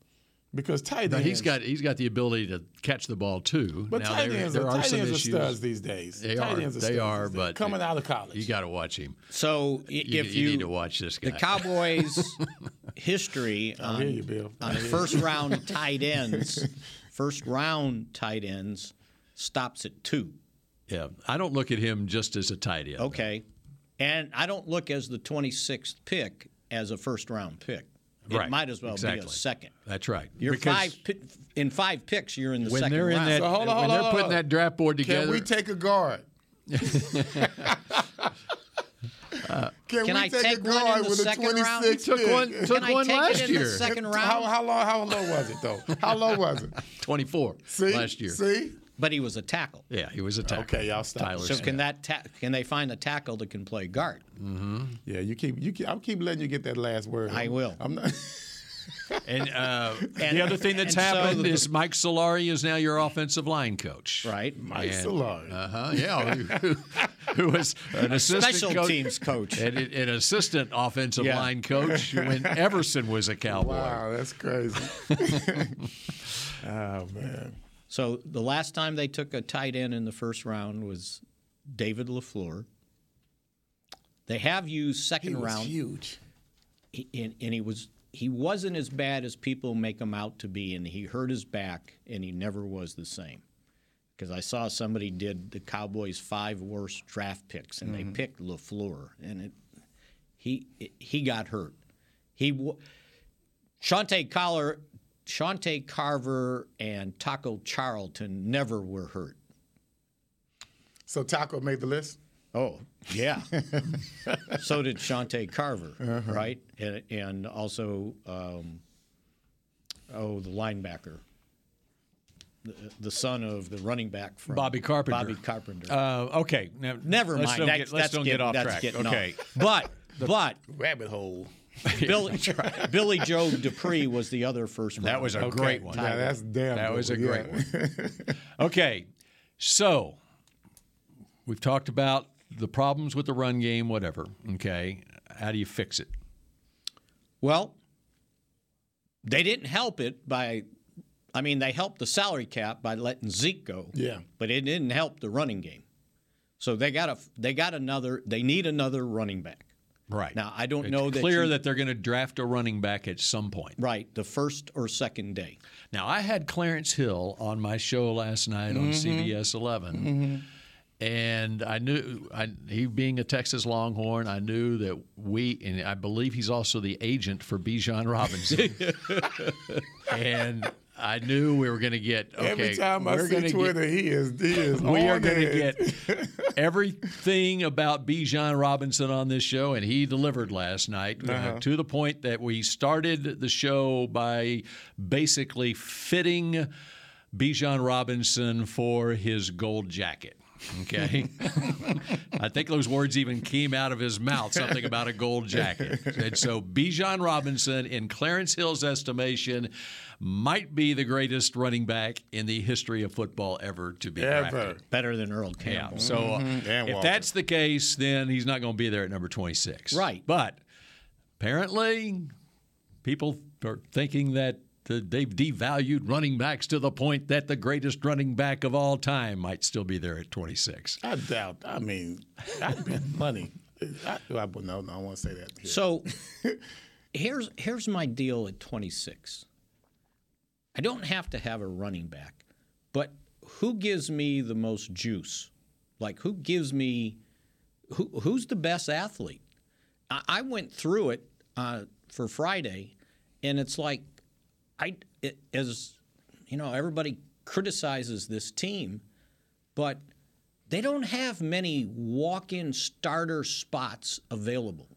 Speaker 2: Because tight
Speaker 1: Now,
Speaker 2: ends,
Speaker 1: he's got he's got the ability to catch the ball too.
Speaker 2: But
Speaker 1: now
Speaker 2: tight
Speaker 1: there,
Speaker 2: ends
Speaker 1: there
Speaker 2: are-
Speaker 1: are
Speaker 2: tight
Speaker 1: some
Speaker 2: ends are
Speaker 1: issues.
Speaker 2: studs these days.
Speaker 1: They
Speaker 2: Tight
Speaker 1: are.
Speaker 2: ends are
Speaker 1: they
Speaker 2: studs
Speaker 1: are.
Speaker 2: these days.
Speaker 1: But
Speaker 2: Coming out of college,
Speaker 1: you got to watch him.
Speaker 3: So i-
Speaker 1: You-
Speaker 3: if
Speaker 1: you
Speaker 3: you,
Speaker 1: need to watch this
Speaker 3: the
Speaker 1: guy. <laughs>
Speaker 3: Cowboys' history
Speaker 2: I
Speaker 3: on,
Speaker 2: hear you, Bill. I
Speaker 3: on
Speaker 2: hear you.
Speaker 3: first
Speaker 2: <laughs>
Speaker 3: round tight ends, first round tight ends stops at two.
Speaker 1: Yeah, I don't look at him just as a tight end.
Speaker 3: Okay, and I don't look as the 26th pick as a first round pick. It
Speaker 1: Right,
Speaker 3: might as well be a
Speaker 1: exactly.
Speaker 3: second.
Speaker 1: That's right.
Speaker 3: You're
Speaker 1: Because
Speaker 3: five pi- in five picks. You're in the
Speaker 1: when
Speaker 3: second
Speaker 1: they're in
Speaker 3: round.
Speaker 1: that
Speaker 2: So hold on,
Speaker 1: when
Speaker 2: hold on,
Speaker 1: they're
Speaker 2: hold on,
Speaker 1: putting
Speaker 2: hold on.
Speaker 1: that draft board together.
Speaker 2: can we take a guard? can
Speaker 3: can
Speaker 2: we
Speaker 3: I
Speaker 2: take,
Speaker 3: take
Speaker 2: a
Speaker 3: one in
Speaker 2: guard
Speaker 3: the
Speaker 2: with
Speaker 3: second
Speaker 2: a
Speaker 3: round?
Speaker 2: 26
Speaker 3: Took
Speaker 2: pick?
Speaker 3: one- Can took I one take it last in the year. second
Speaker 2: How,
Speaker 3: round?
Speaker 2: how long? How low was it
Speaker 1: <laughs>
Speaker 2: though? How low was it?
Speaker 1: 24
Speaker 2: See?
Speaker 1: last year.
Speaker 2: See?
Speaker 3: but he was a tackle.
Speaker 1: Yeah, he was a tackle. Okay,
Speaker 2: y'all stop.
Speaker 1: Tyler
Speaker 3: So
Speaker 1: Smith.
Speaker 3: can that ta- can they find a tackle that can play guard?
Speaker 2: Yeah, you keep you keep. I'll keep letting you get that last word.
Speaker 3: I will.
Speaker 2: I'm not. <laughs>
Speaker 1: And, uh,
Speaker 3: <laughs> And-
Speaker 1: the other thing <laughs> that's
Speaker 3: and so
Speaker 1: happened
Speaker 3: the-
Speaker 1: is Mike Solari is now your offensive line coach.
Speaker 3: <laughs> Right,
Speaker 2: Mike Solari.
Speaker 1: Uh <laughs> huh. Yeah, who, who was an assistant
Speaker 3: Special
Speaker 1: coach,
Speaker 3: teams coach.
Speaker 1: and an, an assistant offensive
Speaker 3: Yeah.
Speaker 1: line coach <laughs> when Everson was a Cowboy.
Speaker 2: Wow, that's crazy. oh man.
Speaker 3: So the last time they took a tight end in the first round was David LaFleur. They have used second
Speaker 2: He was
Speaker 3: round.
Speaker 2: huge.
Speaker 3: He- and, and he was he wasn't as bad as people make him out to be, and he hurt his back, and he never was the same. Because I saw somebody did the Cowboys' five worst draft picks, and they picked Lafleur, and it he it, he got hurt. He wa- Shante Collar, Shante Carver, and Taco Charlton never were hurt.
Speaker 2: So Taco made the list.
Speaker 3: Oh, yeah. <laughs> Uh-huh. so did Shante Carver, right? And, and also, um, oh, the linebacker. the, the son of the running back from
Speaker 1: Bobby Carpenter.
Speaker 3: Bobby Carpenter.
Speaker 1: Uh, okay, now,
Speaker 3: Never
Speaker 1: let's
Speaker 3: mind.
Speaker 1: Don't
Speaker 3: That's-
Speaker 1: get, let's
Speaker 3: that's
Speaker 1: don't get
Speaker 3: getting-
Speaker 1: off
Speaker 3: that's
Speaker 1: track.
Speaker 3: getting
Speaker 1: <laughs>
Speaker 3: off.
Speaker 1: okay,
Speaker 3: But <laughs> but
Speaker 2: rabbit hole.
Speaker 1: <laughs>
Speaker 3: Billy, Billy Joe Dupree was the other first.
Speaker 1: That
Speaker 3: runner.
Speaker 1: was a great one.
Speaker 2: Yeah, that's damn.
Speaker 1: That
Speaker 2: good,
Speaker 1: was a
Speaker 2: yeah.
Speaker 1: great one.
Speaker 3: <laughs>
Speaker 1: Okay, so we've talked about the problems with the run game, whatever. Okay, how do you fix it?
Speaker 3: Well, they didn't help it by. I mean, they helped the salary cap by letting Zeke go.
Speaker 2: Yeah.
Speaker 3: but it didn't help the running game. So they got a they got another. They need another running back.
Speaker 1: Right
Speaker 3: Now I don't
Speaker 1: It's
Speaker 3: know that
Speaker 1: clear
Speaker 3: you-
Speaker 1: that they're going to draft a running back at some point.
Speaker 3: Right, the first or second day.
Speaker 1: Now I had Clarence Hill on my show last night
Speaker 2: Mm-hmm.
Speaker 1: on CBS 11. And I knew I, he being a Texas Longhorn, I knew that we, and I believe he's also the agent for
Speaker 2: <laughs>
Speaker 1: Bijan Robinson. and I knew we were going to get okay.
Speaker 2: Every time I
Speaker 1: we're
Speaker 2: see
Speaker 1: gonna get-
Speaker 2: Twitter, he is he is
Speaker 1: we are
Speaker 2: on
Speaker 1: going to
Speaker 2: it.
Speaker 1: get everything about Bijan Robinson on this show, and he delivered last night uh,
Speaker 2: Uh-huh.
Speaker 1: to the point that we started the show by basically fitting Bijan Robinson for his gold jacket.
Speaker 2: <laughs>
Speaker 1: Okay, I think those words even came out of his mouth something about a gold jacket. And so Bijan Robinson, in Clarence Hill's estimation, might be the greatest running back in the history of football ever to be
Speaker 2: Ever.
Speaker 1: drafted.
Speaker 3: Better than Earl
Speaker 1: Yeah.
Speaker 3: Campbell.
Speaker 1: So uh,
Speaker 2: Mhm. And
Speaker 1: if
Speaker 2: Walker.
Speaker 1: that's the case, then he's not going to be there at number 26.
Speaker 3: Right.
Speaker 1: But apparently, people are thinking that. uh, They've devalued running backs to the point that the greatest running back of all time might still be there at 26.
Speaker 2: I doubt. I mean, I
Speaker 3: <laughs>
Speaker 2: bet money. I, I, no, no, I want to say that. here.
Speaker 3: So here's here's my deal at 26. I don't have to have a running back, but who gives me the most juice? Like who gives me who who's the best athlete? I, I went through it uh, for Friday, and it's like I it, as you know everybody criticizes this team, but they don't have many walk-in starter spots available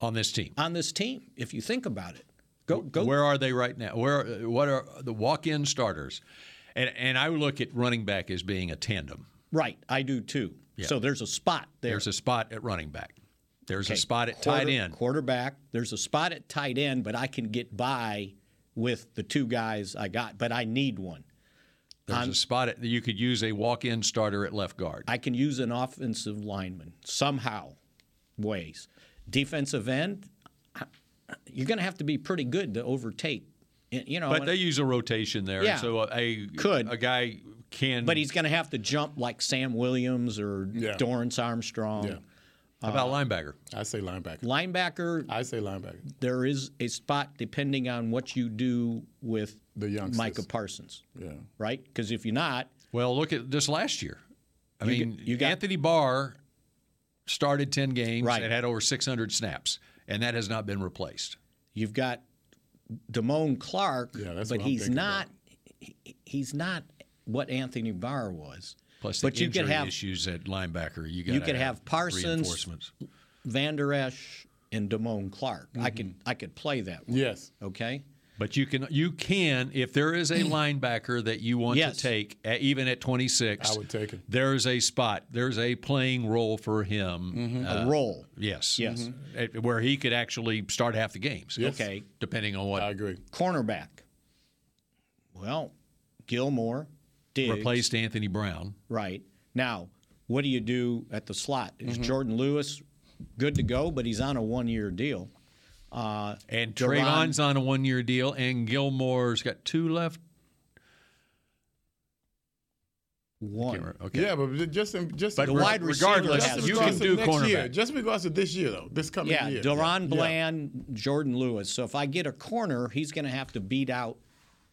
Speaker 1: on this team.
Speaker 3: on this team. If you think about it, go go.
Speaker 1: Where are they right now? Where uh, what are the walk-in starters? And and I look at running back as being a tandem.
Speaker 3: right, I do too.
Speaker 1: Yeah.
Speaker 3: So there's a spot there.
Speaker 1: There's a spot at running back. There's a
Speaker 3: Okay,
Speaker 1: spot at tight
Speaker 3: quarter-
Speaker 1: end.
Speaker 3: quarterback. There's a spot at tight end, but I can get by with the two guys I got. But I need one.
Speaker 1: There's a spot at you could use a walk-in starter at left guard.
Speaker 3: I can use an offensive lineman somehow, ways. Defensive end, I- you're going to have to be pretty good to overtake. y- You know,
Speaker 1: But they use a rotation there,
Speaker 3: Yeah.
Speaker 1: so uh, a
Speaker 3: Could.
Speaker 1: a guy can.
Speaker 3: but he's going to have to jump like Sam Williams or
Speaker 2: Yeah.
Speaker 3: Dorrance Armstrong.
Speaker 2: Yeah.
Speaker 1: how about linebacker.
Speaker 2: I say linebacker.
Speaker 3: Linebacker,
Speaker 2: I say linebacker.
Speaker 3: there is a spot depending on what you do with
Speaker 2: The youngsters.
Speaker 3: Micah Parsons,
Speaker 2: Yeah.
Speaker 3: right? Because if you're not,
Speaker 1: Well, look at just last year. I
Speaker 3: You
Speaker 1: mean,
Speaker 3: got- you got-
Speaker 1: Anthony Barr started ten games
Speaker 3: Right.
Speaker 1: and had over 600 snaps, and that has not been replaced.
Speaker 3: you've got Damone Clark,
Speaker 2: Yeah, that's
Speaker 3: but
Speaker 2: what I'm
Speaker 3: he's
Speaker 2: thinking
Speaker 3: not he- he's not what Anthony Barr was.
Speaker 1: Plus, the
Speaker 3: but you could
Speaker 1: injury
Speaker 3: have
Speaker 1: issues at linebacker. You,
Speaker 3: you
Speaker 1: gotta
Speaker 3: could have Parsons.
Speaker 1: reinforcements.
Speaker 3: Van Der Esch and Damone Clark. I
Speaker 1: Mm-hmm.
Speaker 3: could I could play that. One,
Speaker 2: Yes.
Speaker 3: Okay.
Speaker 1: But you can you can if there is a linebacker that you want
Speaker 3: Yes.
Speaker 1: to take uh, even at 26,
Speaker 2: I would take him.
Speaker 1: There is a spot. There's a playing role for him.
Speaker 3: a role.
Speaker 1: Yes.
Speaker 3: Yes.
Speaker 1: Uh, Where he could actually start half the games.
Speaker 3: Mm-hmm. Okay.
Speaker 1: Depending on what
Speaker 2: I agree.
Speaker 3: Cornerback. Well, Gilmore, Diggs.
Speaker 1: replaced Anthony Brown.
Speaker 3: Right. Now, what do you do at the slot? Is
Speaker 2: Mm-hmm.
Speaker 3: Jordan Lewis good to go, but he's on a one year deal? Uh,
Speaker 1: And
Speaker 3: Duran-
Speaker 1: Trayvon's on a one year deal, and Gilmore's got two left.
Speaker 3: one.
Speaker 1: Okay.
Speaker 2: Yeah, but ju- just in, just
Speaker 1: But
Speaker 2: in-
Speaker 1: the wide receiver
Speaker 2: regardless,
Speaker 1: has
Speaker 2: just
Speaker 1: two.
Speaker 2: regardless
Speaker 1: You can
Speaker 2: of
Speaker 1: do
Speaker 2: next year,
Speaker 1: cornerback.
Speaker 2: just regardless of this year though, this coming
Speaker 3: Yeah,
Speaker 2: year.
Speaker 3: Deron
Speaker 2: Yeah.
Speaker 3: Bland, Jordan Lewis. So if I get a corner, he's going to have to beat out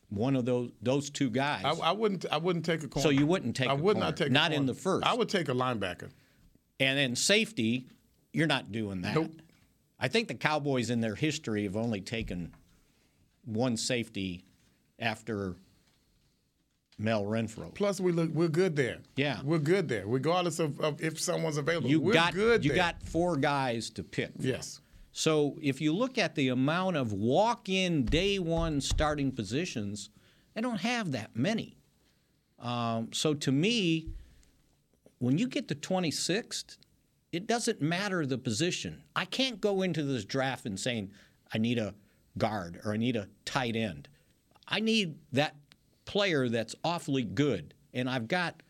Speaker 3: one of those those two guys.
Speaker 2: I, I wouldn't. I wouldn't take a corner.
Speaker 3: So you wouldn't take
Speaker 2: I
Speaker 3: a
Speaker 2: would
Speaker 3: corner.
Speaker 2: not take. a
Speaker 3: Not in
Speaker 2: corner.
Speaker 3: the first.
Speaker 2: I would take a linebacker.
Speaker 3: and then safety, you're not doing that.
Speaker 2: Nope.
Speaker 3: I think the Cowboys in their history have only taken one safety after Mel Renfro.
Speaker 2: Plus, we look. We're good there.
Speaker 3: Yeah.
Speaker 2: we're good there, regardless of, of if someone's available.
Speaker 3: You
Speaker 2: we're
Speaker 3: got
Speaker 2: good.
Speaker 3: you
Speaker 2: there.
Speaker 3: got four guys to pick. from.
Speaker 2: Yes.
Speaker 3: So if you look at the amount of walk-in day one starting positions, I don't have that many. Um, so to me, when you get to 26th, it doesn't matter the position. I can't go into this draft and saying I need a guard or I need a tight end. I need that player that's awfully good, and I've got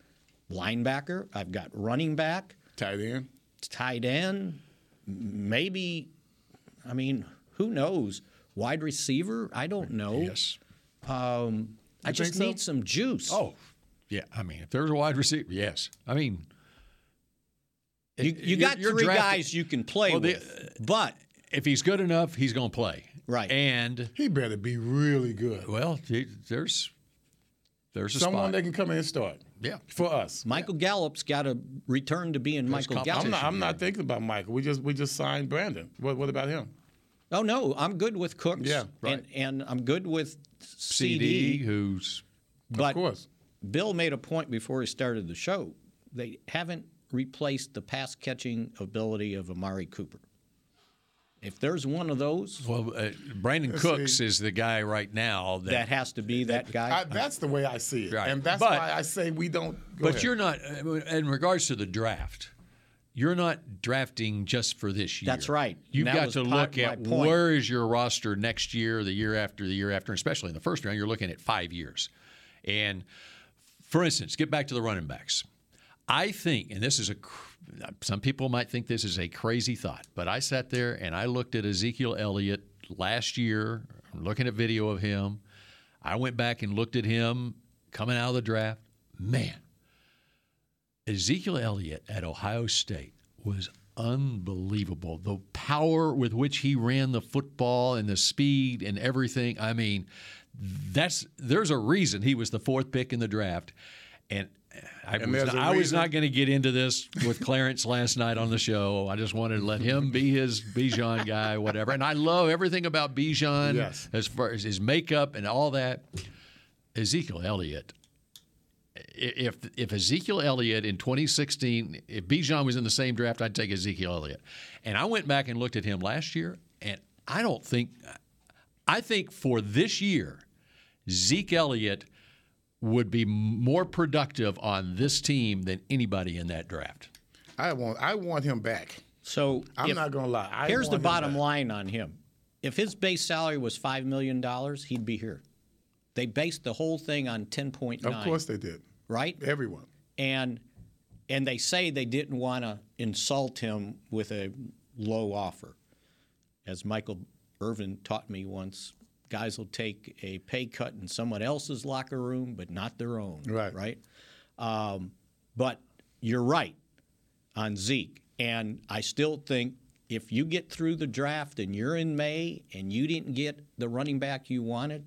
Speaker 3: linebacker, I've got running back,
Speaker 2: tight end,
Speaker 3: tight end, maybe. I mean, who knows? Wide receiver? I don't know.
Speaker 1: Yes.
Speaker 3: Um, I
Speaker 1: You
Speaker 3: just
Speaker 1: think so?
Speaker 3: need some juice.
Speaker 1: Oh, yeah. I mean, if there's a wide receiver, yes. I mean,
Speaker 3: You-
Speaker 1: it-
Speaker 3: you got three guys you can play
Speaker 1: with, but if he's good enough, he's going to play.
Speaker 3: Right.
Speaker 1: And
Speaker 2: he better be really good.
Speaker 1: Well, he- there's there's a
Speaker 2: someone
Speaker 1: spot.
Speaker 2: that can come in and start.
Speaker 1: Yeah.
Speaker 2: for us.
Speaker 3: Michael Gallup's got to return to being Michael Gallup.
Speaker 2: I'm not, I'm not thinking about Michael. We just we just signed Brandon. What what about him?
Speaker 3: Oh no, I'm good with Cooks.
Speaker 2: Yeah, right.
Speaker 3: And, and I'm good with CD.
Speaker 1: CD, who's
Speaker 3: but
Speaker 2: of course.
Speaker 3: Bill made a point before he started the show. They haven't replaced the pass catching ability of Amari Cooper. If there's one of those
Speaker 1: well, uh, Brandon
Speaker 2: Let's
Speaker 1: Cooks
Speaker 2: see.
Speaker 1: is the guy right now that,
Speaker 3: that has to be that guy.
Speaker 2: I, that's the way I see it,
Speaker 1: Right.
Speaker 2: and that's
Speaker 1: But-
Speaker 2: why I say we don't. go
Speaker 1: But
Speaker 2: ahead.
Speaker 1: you're not, in regards to the draft, you're not drafting just for this year.
Speaker 3: That's right.
Speaker 1: You've
Speaker 3: That
Speaker 1: got
Speaker 3: was
Speaker 1: to
Speaker 3: part-
Speaker 1: look at
Speaker 3: my point.
Speaker 1: where is your roster next year, the year after, the year after, and especially in the first round, you're looking at five years. And for instance, get back to the running backs. I think, and this is a, cr- some people might think this is a crazy thought, but I sat there and I looked at Ezekiel Elliott last year, looking at video of him. I went back and looked at him coming out of the draft. Man, Ezekiel Elliott at Ohio State was unbelievable. The power with which he ran the football and the speed and everything. I mean, that's there's a reason he was the fourth pick in the draft. And I
Speaker 2: And
Speaker 1: was
Speaker 2: there's
Speaker 1: not,
Speaker 2: a
Speaker 1: I was
Speaker 2: reason-
Speaker 1: not going to get into this with Clarence last night on the show. I just wanted to let him be his Bijan guy, whatever. And I love everything about Bijan
Speaker 2: Yes.
Speaker 1: as far as his makeup and all that. Ezekiel Elliott if if Ezekiel Elliott in 2016, if Bijan was in the same draft, I'd take Ezekiel Elliott. And I went back and looked at him last year, and I don't think, I think for this year, Zeke Elliott would be more productive on this team than anybody in that draft.
Speaker 2: I want I want him back.
Speaker 3: So
Speaker 2: I'm
Speaker 3: if-
Speaker 2: not gonna lie. I
Speaker 3: here's
Speaker 2: want
Speaker 3: the
Speaker 2: him
Speaker 3: bottom
Speaker 2: back.
Speaker 3: line on him. If his base salary was five million dollars, he'd be here. They based the whole thing on ten point nine.
Speaker 2: Of course they did.
Speaker 3: right?
Speaker 2: Everyone.
Speaker 3: and and they say they didn't want to insult him with a low offer. As Michael Irvin taught me once, guys will take a pay cut in someone else's locker room, but not their own.
Speaker 2: Right.
Speaker 3: Right. Um, but you're right on Zeke, and I still think if you get through the draft and you're in May and you didn't get the running back you wanted,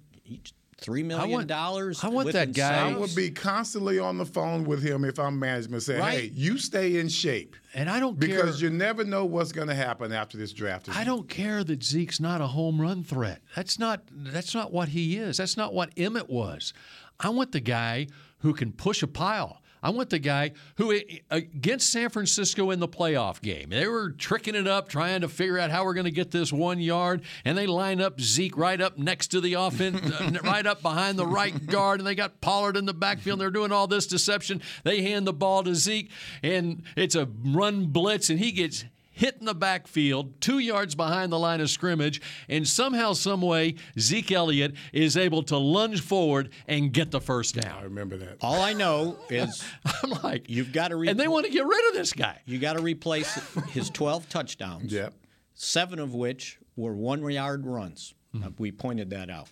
Speaker 3: three
Speaker 1: I
Speaker 3: million
Speaker 1: want-
Speaker 3: dollars.
Speaker 1: I want
Speaker 3: with
Speaker 1: that guy-
Speaker 2: I
Speaker 3: incentives-
Speaker 2: would be constantly on the phone with him if I'm management saying,
Speaker 3: Right.
Speaker 2: "Hey, you stay in shape
Speaker 1: And I don't
Speaker 2: because
Speaker 1: care.
Speaker 2: you never know what's going to happen after this draft." is
Speaker 1: I don't care that Zeke's not a home run threat. That's not that's not what he is. That's not what Emmett was. I want the guy who can push a pile. I want the guy who eh, against San Francisco in the playoff game. They were tricking it up, trying to figure out how we're going to get this one yard, and they line up Zeke right up next to the offense, uh, right up behind the right guard, and they got Pollard in the backfield. And they're doing all this deception. They hand the ball to Zeke, and it's a run blitz, and he gets hit in the backfield, two yards behind the line of scrimmage, and somehow, some way, Zeke Elliott is able to lunge forward and get the first
Speaker 2: I
Speaker 1: down.
Speaker 2: remember that.
Speaker 3: All I know is
Speaker 1: <laughs> I'm like,
Speaker 3: you've got to re-
Speaker 1: and they want to get rid of this guy.
Speaker 3: you got to replace his 12 touchdowns,
Speaker 2: Yep.
Speaker 3: seven of which were one yard runs. Uh, We pointed that out.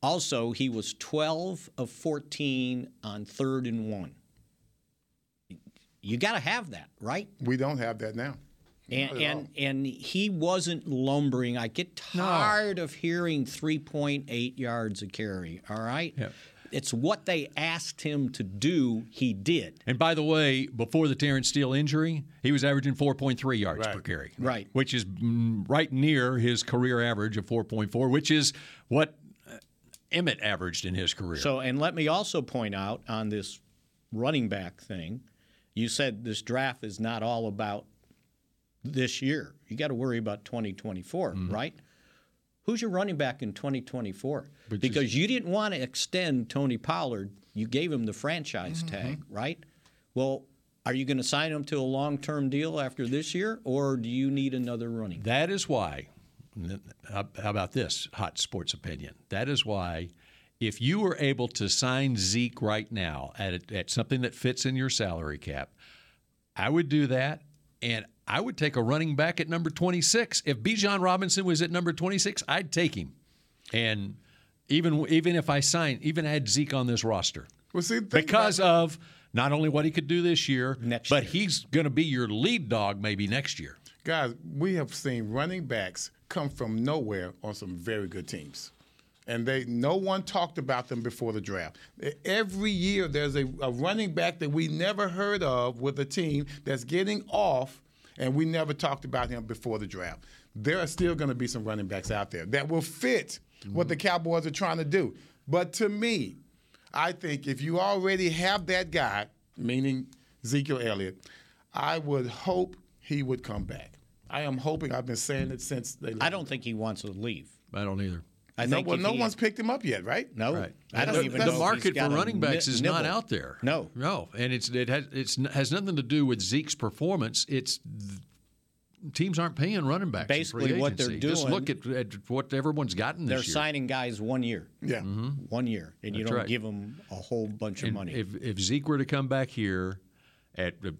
Speaker 3: Also, he was 12 of 14 on third and one. You got to have that, right?
Speaker 2: We don't have that now.
Speaker 3: And and, and he wasn't lumbering. I get tired of hearing 3.8 yards a carry. All right, it's what they asked him to do. He did.
Speaker 1: And by the way, before the Terrence Steele injury, he was averaging 4.3 yards
Speaker 2: Right.
Speaker 1: per carry.
Speaker 3: Right.
Speaker 1: Which is mm, right near his career average of 4.4, which is what uh, Emmett averaged in his career.
Speaker 3: So, and let me also point out on this running back thing, you said this draft is not all about this year. You got to worry about 2024, right? Who's your running back in 2024? because you didn't want to extend Tony Pollard. You gave him the franchise tag, right? Well, are you going to sign him to a long term deal after this year, or do you need another running back?
Speaker 1: That is why, how how about this hot sports opinion? That is why, if you were able to sign Zeke right now at, at something that fits in your salary cap, I would do that. And I would take a running back at number 26. If Bijan Robinson was at number 26, I'd take him. And even even if I signed, even had Zeke on this roster.
Speaker 2: Well, see, think
Speaker 1: because of not only what he could do this year, but he's going to be your lead dog maybe next year.
Speaker 2: Guys, we have seen running backs come from nowhere on some very good teams. And they no one talked about them before the draft. E, Every year there's a, a running back that we never heard of with a team that's getting off and we never talked about him before the draft. There are still going to be some running backs out there that will fit what the Cowboys are trying to do. But to me, I think if you already have that guy, meaning Ezekiel Elliott, I would hope he would come back. I am hoping. I've been saying it since they.
Speaker 3: I don't think he wants to leave.
Speaker 1: I don't either.
Speaker 3: I
Speaker 2: no,
Speaker 3: think
Speaker 2: well,
Speaker 3: if
Speaker 2: no
Speaker 3: he-
Speaker 2: one's picked him up yet, right?
Speaker 3: No, I don't
Speaker 1: the,
Speaker 3: even
Speaker 1: the
Speaker 3: know if he's
Speaker 1: market for
Speaker 3: got a
Speaker 1: running backs
Speaker 3: ni-
Speaker 1: is not
Speaker 3: nibble.
Speaker 1: out there.
Speaker 3: No.
Speaker 1: no, and it's it has it's has nothing to do with Zeke's performance. It's th- teams aren't paying running backs. in free
Speaker 3: Basically what they're
Speaker 1: agency. Just
Speaker 3: doing-
Speaker 1: look at, at what everyone's gotten
Speaker 3: They're
Speaker 1: this year.
Speaker 3: signing guys one year.
Speaker 2: Yeah.
Speaker 3: One year. And you
Speaker 1: That's
Speaker 3: don't
Speaker 1: right.
Speaker 3: give them a whole bunch of
Speaker 1: And
Speaker 3: money.
Speaker 1: If if Zeke were to come back here at the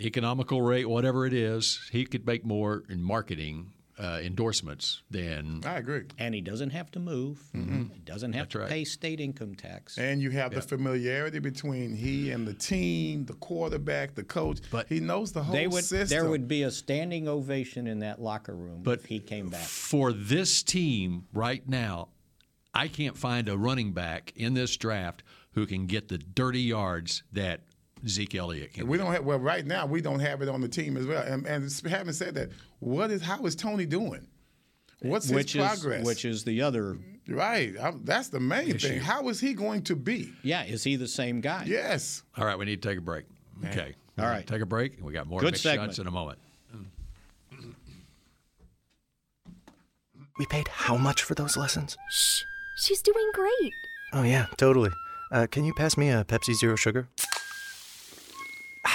Speaker 1: economical rate, whatever it is, he could make more in marketing uh, endorsements than
Speaker 2: I agree.
Speaker 3: and he doesn't have to move. He doesn't have
Speaker 1: That's
Speaker 3: to
Speaker 1: right.
Speaker 3: pay state income tax.
Speaker 2: Mm-hmm. And you have
Speaker 3: Yeah.
Speaker 2: the familiarity between he and the team, the quarterback, the coach. But he knows the whole
Speaker 3: They would,
Speaker 2: system.
Speaker 3: there would be a standing ovation in that locker room
Speaker 1: But
Speaker 3: if he came back.
Speaker 1: for this team right now. I can't find a running back in this draft who can get the dirty yards that Zeke Elliott can.
Speaker 2: We don't have well right now. We don't have it on the team as well. And, and having said that, what is how is Tony doing? What's
Speaker 3: which
Speaker 2: his progress?
Speaker 3: Is, which is the other.
Speaker 2: right. i that's the main thing. How is he going to be?
Speaker 3: Yeah, is he the same guy?
Speaker 2: Yes.
Speaker 1: All right, we need to take a break. Okay.
Speaker 3: All right.
Speaker 1: Take a break. We got more
Speaker 3: Good
Speaker 1: mixed
Speaker 3: segment.
Speaker 1: shots in a moment.
Speaker 5: We paid how much for those lessons?
Speaker 6: Shh, she's doing great.
Speaker 5: Oh, yeah, totally. Uh, can you pass me a Pepsi Zero Sugar? <sighs>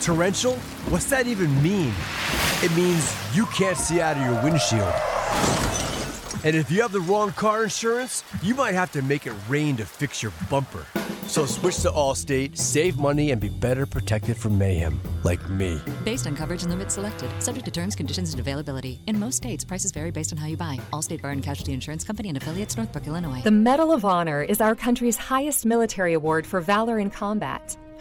Speaker 7: Torrential? What's that even mean? It means you can't see out of your windshield. And if you have the wrong car insurance, you might have to make it rain to fix your bumper. So switch to Allstate, save money, and be better protected from mayhem, like me.
Speaker 8: Based on coverage and limits selected, subject to terms, conditions, and availability. In most states, prices vary based on how you buy. Allstate Bar and Casualty Insurance Company and affiliates, Northbrook, Illinois.
Speaker 4: The Medal of Honor is our country's highest military award for valor in combat.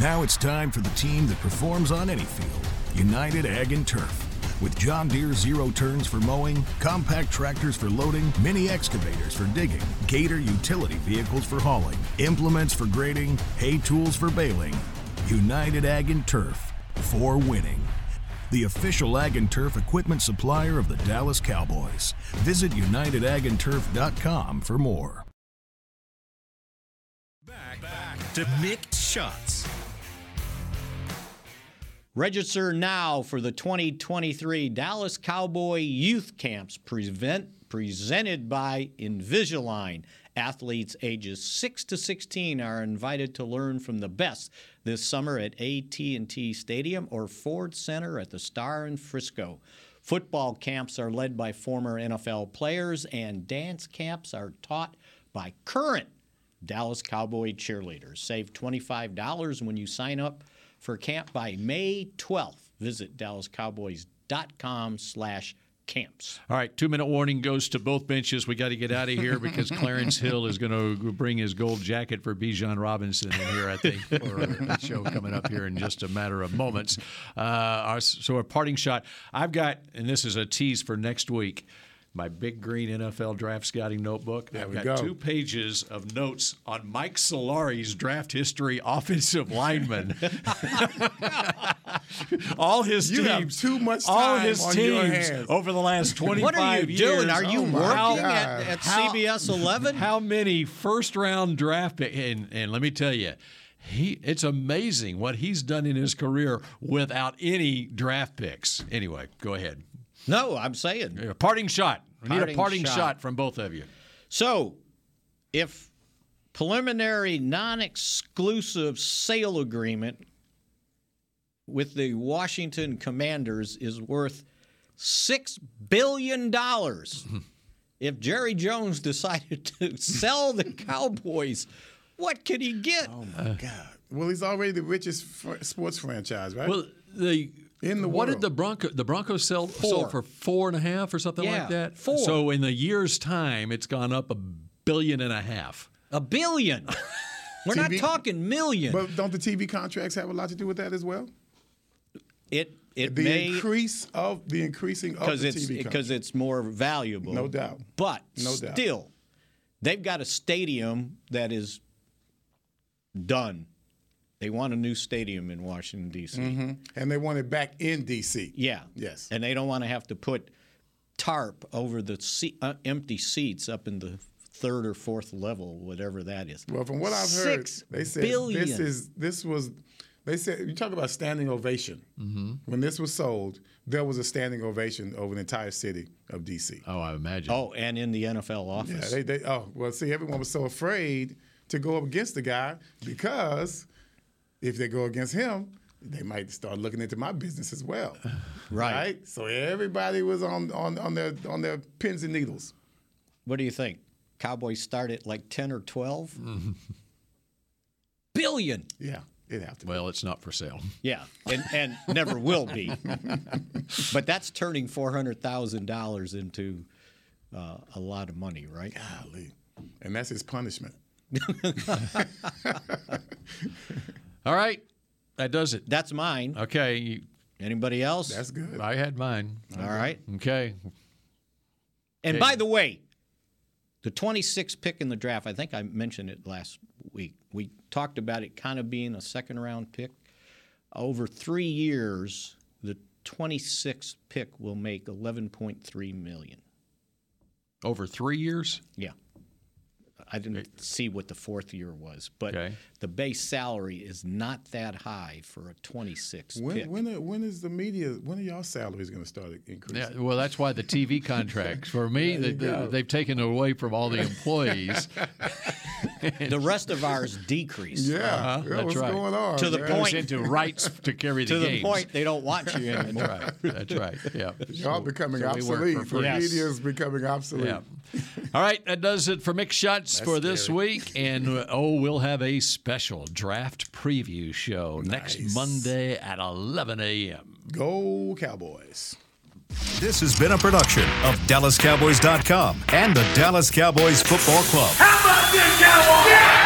Speaker 11: Now it's time for the team that performs on any field United Ag and Turf. With John Deere zero turns for mowing, compact tractors for loading, mini excavators for digging, Gator utility vehicles for hauling, implements for grading, hay tools for baling. United Ag and Turf for winning. The official Ag and Turf equipment supplier of the Dallas Cowboys. Visit unitedagandturf.com for more.
Speaker 10: To mixed shots.
Speaker 3: Register now for the 2023 Dallas Cowboy Youth Camps prevent, presented by Invisalign. Athletes ages 6 to 16 are invited to learn from the best this summer at AT&T Stadium or Ford Center at the Star in Frisco. Football camps are led by former NFL players and dance camps are taught by current Dallas Cowboy cheerleaders. Save $25 when you sign up for camp by May 12th. Visit dallascowboys.com slash camps.
Speaker 1: All right, two minute warning goes to both benches. We got to get out of here because Clarence Hill is going to bring his gold jacket for Bijan Robinson in here, I think, for the show coming up here in just a matter of moments. Uh, our, so, a parting shot. I've got, and this is a tease for next week. My big green NFL draft scouting notebook.
Speaker 2: There
Speaker 1: I've
Speaker 2: we
Speaker 1: got
Speaker 2: go.
Speaker 1: two pages of notes on Mike Solari's draft history,
Speaker 2: <laughs>
Speaker 1: offensive lineman. <laughs> all his
Speaker 2: You
Speaker 1: teams,
Speaker 2: have too much
Speaker 1: all
Speaker 2: time
Speaker 1: his
Speaker 2: on
Speaker 1: teams
Speaker 2: your hands.
Speaker 1: over the last twenty-five
Speaker 3: What are you
Speaker 1: years.
Speaker 3: doing? Are you
Speaker 1: Oh my
Speaker 3: working
Speaker 1: God.
Speaker 3: at- at
Speaker 1: How-
Speaker 3: CBS 11?
Speaker 1: How many first-round draft pick? And, and let me tell you. He, it's amazing what he's done in his career without any draft picks. Anyway, go ahead.
Speaker 3: No, I'm saying.
Speaker 1: A parting shot. We need a
Speaker 3: Parting
Speaker 1: parting shot.
Speaker 3: shot.
Speaker 1: from both of you.
Speaker 3: So, if preliminary non-exclusive sale agreement with the Washington Commanders is worth six
Speaker 2: <laughs>
Speaker 3: billion dollars, if Jerry Jones decided <laughs> to sell the Cowboys, what could he get? Oh my
Speaker 2: God. Well, he's already the richest fr- sports franchise, right?
Speaker 1: Well, the
Speaker 2: In the
Speaker 1: what
Speaker 2: world.
Speaker 1: did the Bronco the Broncos sell, sold for four and a half or something
Speaker 2: Yeah,
Speaker 1: like that?
Speaker 2: four.
Speaker 1: So in the year's time, it's gone up a billion and a half.
Speaker 2: <laughs>
Speaker 3: A billion. We're not
Speaker 2: TV
Speaker 3: talking million.
Speaker 2: But don't the TV contracts have a lot to do with that as well?
Speaker 3: It it
Speaker 2: the
Speaker 3: may eh,
Speaker 2: increase of the increasing of
Speaker 3: because
Speaker 2: Oh, the
Speaker 3: it's
Speaker 2: TV contracts.
Speaker 3: because it's more valuable,
Speaker 2: No doubt.
Speaker 3: But
Speaker 2: No doubt.
Speaker 3: still, they've got a stadium that is done. They want a new stadium in Washington D.C.
Speaker 2: Mhm. and they want it back in DC.
Speaker 3: Yeah.
Speaker 2: Yes.
Speaker 3: And they don't want to have to put tarp over the se- uh, empty seats up in the third or fourth level, whatever that is.
Speaker 2: Well, from what I've heard,
Speaker 3: Six
Speaker 2: they said
Speaker 3: billion.
Speaker 2: this is this was. They said you talk about standing ovation.
Speaker 1: Mm-hmm.
Speaker 2: When this was sold, there was a standing ovation over the entire city of DC.
Speaker 1: Oh, I imagine.
Speaker 3: Oh, and in the NFL
Speaker 2: Yeah,
Speaker 3: office.
Speaker 2: they, they oh well see everyone was so afraid to go up against the guy because if they go against him, they might start looking into my business as
Speaker 1: <laughs>
Speaker 2: well.
Speaker 3: Right.
Speaker 2: So everybody was on, on, on their on their pins and needles.
Speaker 3: What do you think? Cowboys start at like 10 or 12? Billion.
Speaker 2: Yeah, it happened.
Speaker 1: Well, it's not for sale.
Speaker 3: Yeah, and, and never will be. but that's turning $400,000 into uh, a lot of money, right?
Speaker 2: Golly. And that's his punishment.
Speaker 1: All right, that does it.
Speaker 3: That's mine.
Speaker 1: Okay. You,
Speaker 3: Anybody else?
Speaker 2: That's good.
Speaker 1: I had mine.
Speaker 3: All right.
Speaker 1: Okay.
Speaker 3: And
Speaker 1: Okay.
Speaker 3: by the way, the 26th pick in the draft, I think I mentioned it last week. We talked about it kind of being a second round pick. Over three years, the 26th pick will make 11.3 million.
Speaker 1: Over three years.
Speaker 3: Yeah. I didn't see what the fourth year was, but
Speaker 1: Okay.
Speaker 3: the base salary is not that high for a 26th
Speaker 2: When
Speaker 3: pick.
Speaker 1: <laughs>
Speaker 2: when are, when is the media? When are y'all salaries going to start
Speaker 1: Yeah,
Speaker 2: increasing?
Speaker 1: well, that's why the TV contracts for me
Speaker 2: There
Speaker 1: they,
Speaker 2: you go.
Speaker 1: they, have taken it away from all the employees.
Speaker 3: the rest of ours decreased.
Speaker 2: Yeah,
Speaker 1: Uh-huh,
Speaker 2: yeah,
Speaker 1: that's
Speaker 2: what's
Speaker 1: right.
Speaker 2: going on?
Speaker 3: To the
Speaker 2: man?
Speaker 1: Goes
Speaker 3: point.
Speaker 1: into rights to carry the
Speaker 3: to the
Speaker 1: games.
Speaker 3: point they don't want
Speaker 1: <laughs>
Speaker 3: you
Speaker 1: That's
Speaker 3: anymore.
Speaker 1: right. That's right. Yeah.
Speaker 2: y'all becoming
Speaker 1: so we work for
Speaker 2: obsolete. The
Speaker 1: free.
Speaker 2: media is becoming obsolete.
Speaker 1: Yeah. All right, that does it for Mix Shots for this week. And uh, oh, we'll have a special draft preview show next Monday at 11 a.m.
Speaker 2: Go Cowboys.
Speaker 12: This has been a production of DallasCowboys.com and the Dallas Cowboys Football Club.
Speaker 13: How about this, Cowboys? Yeah!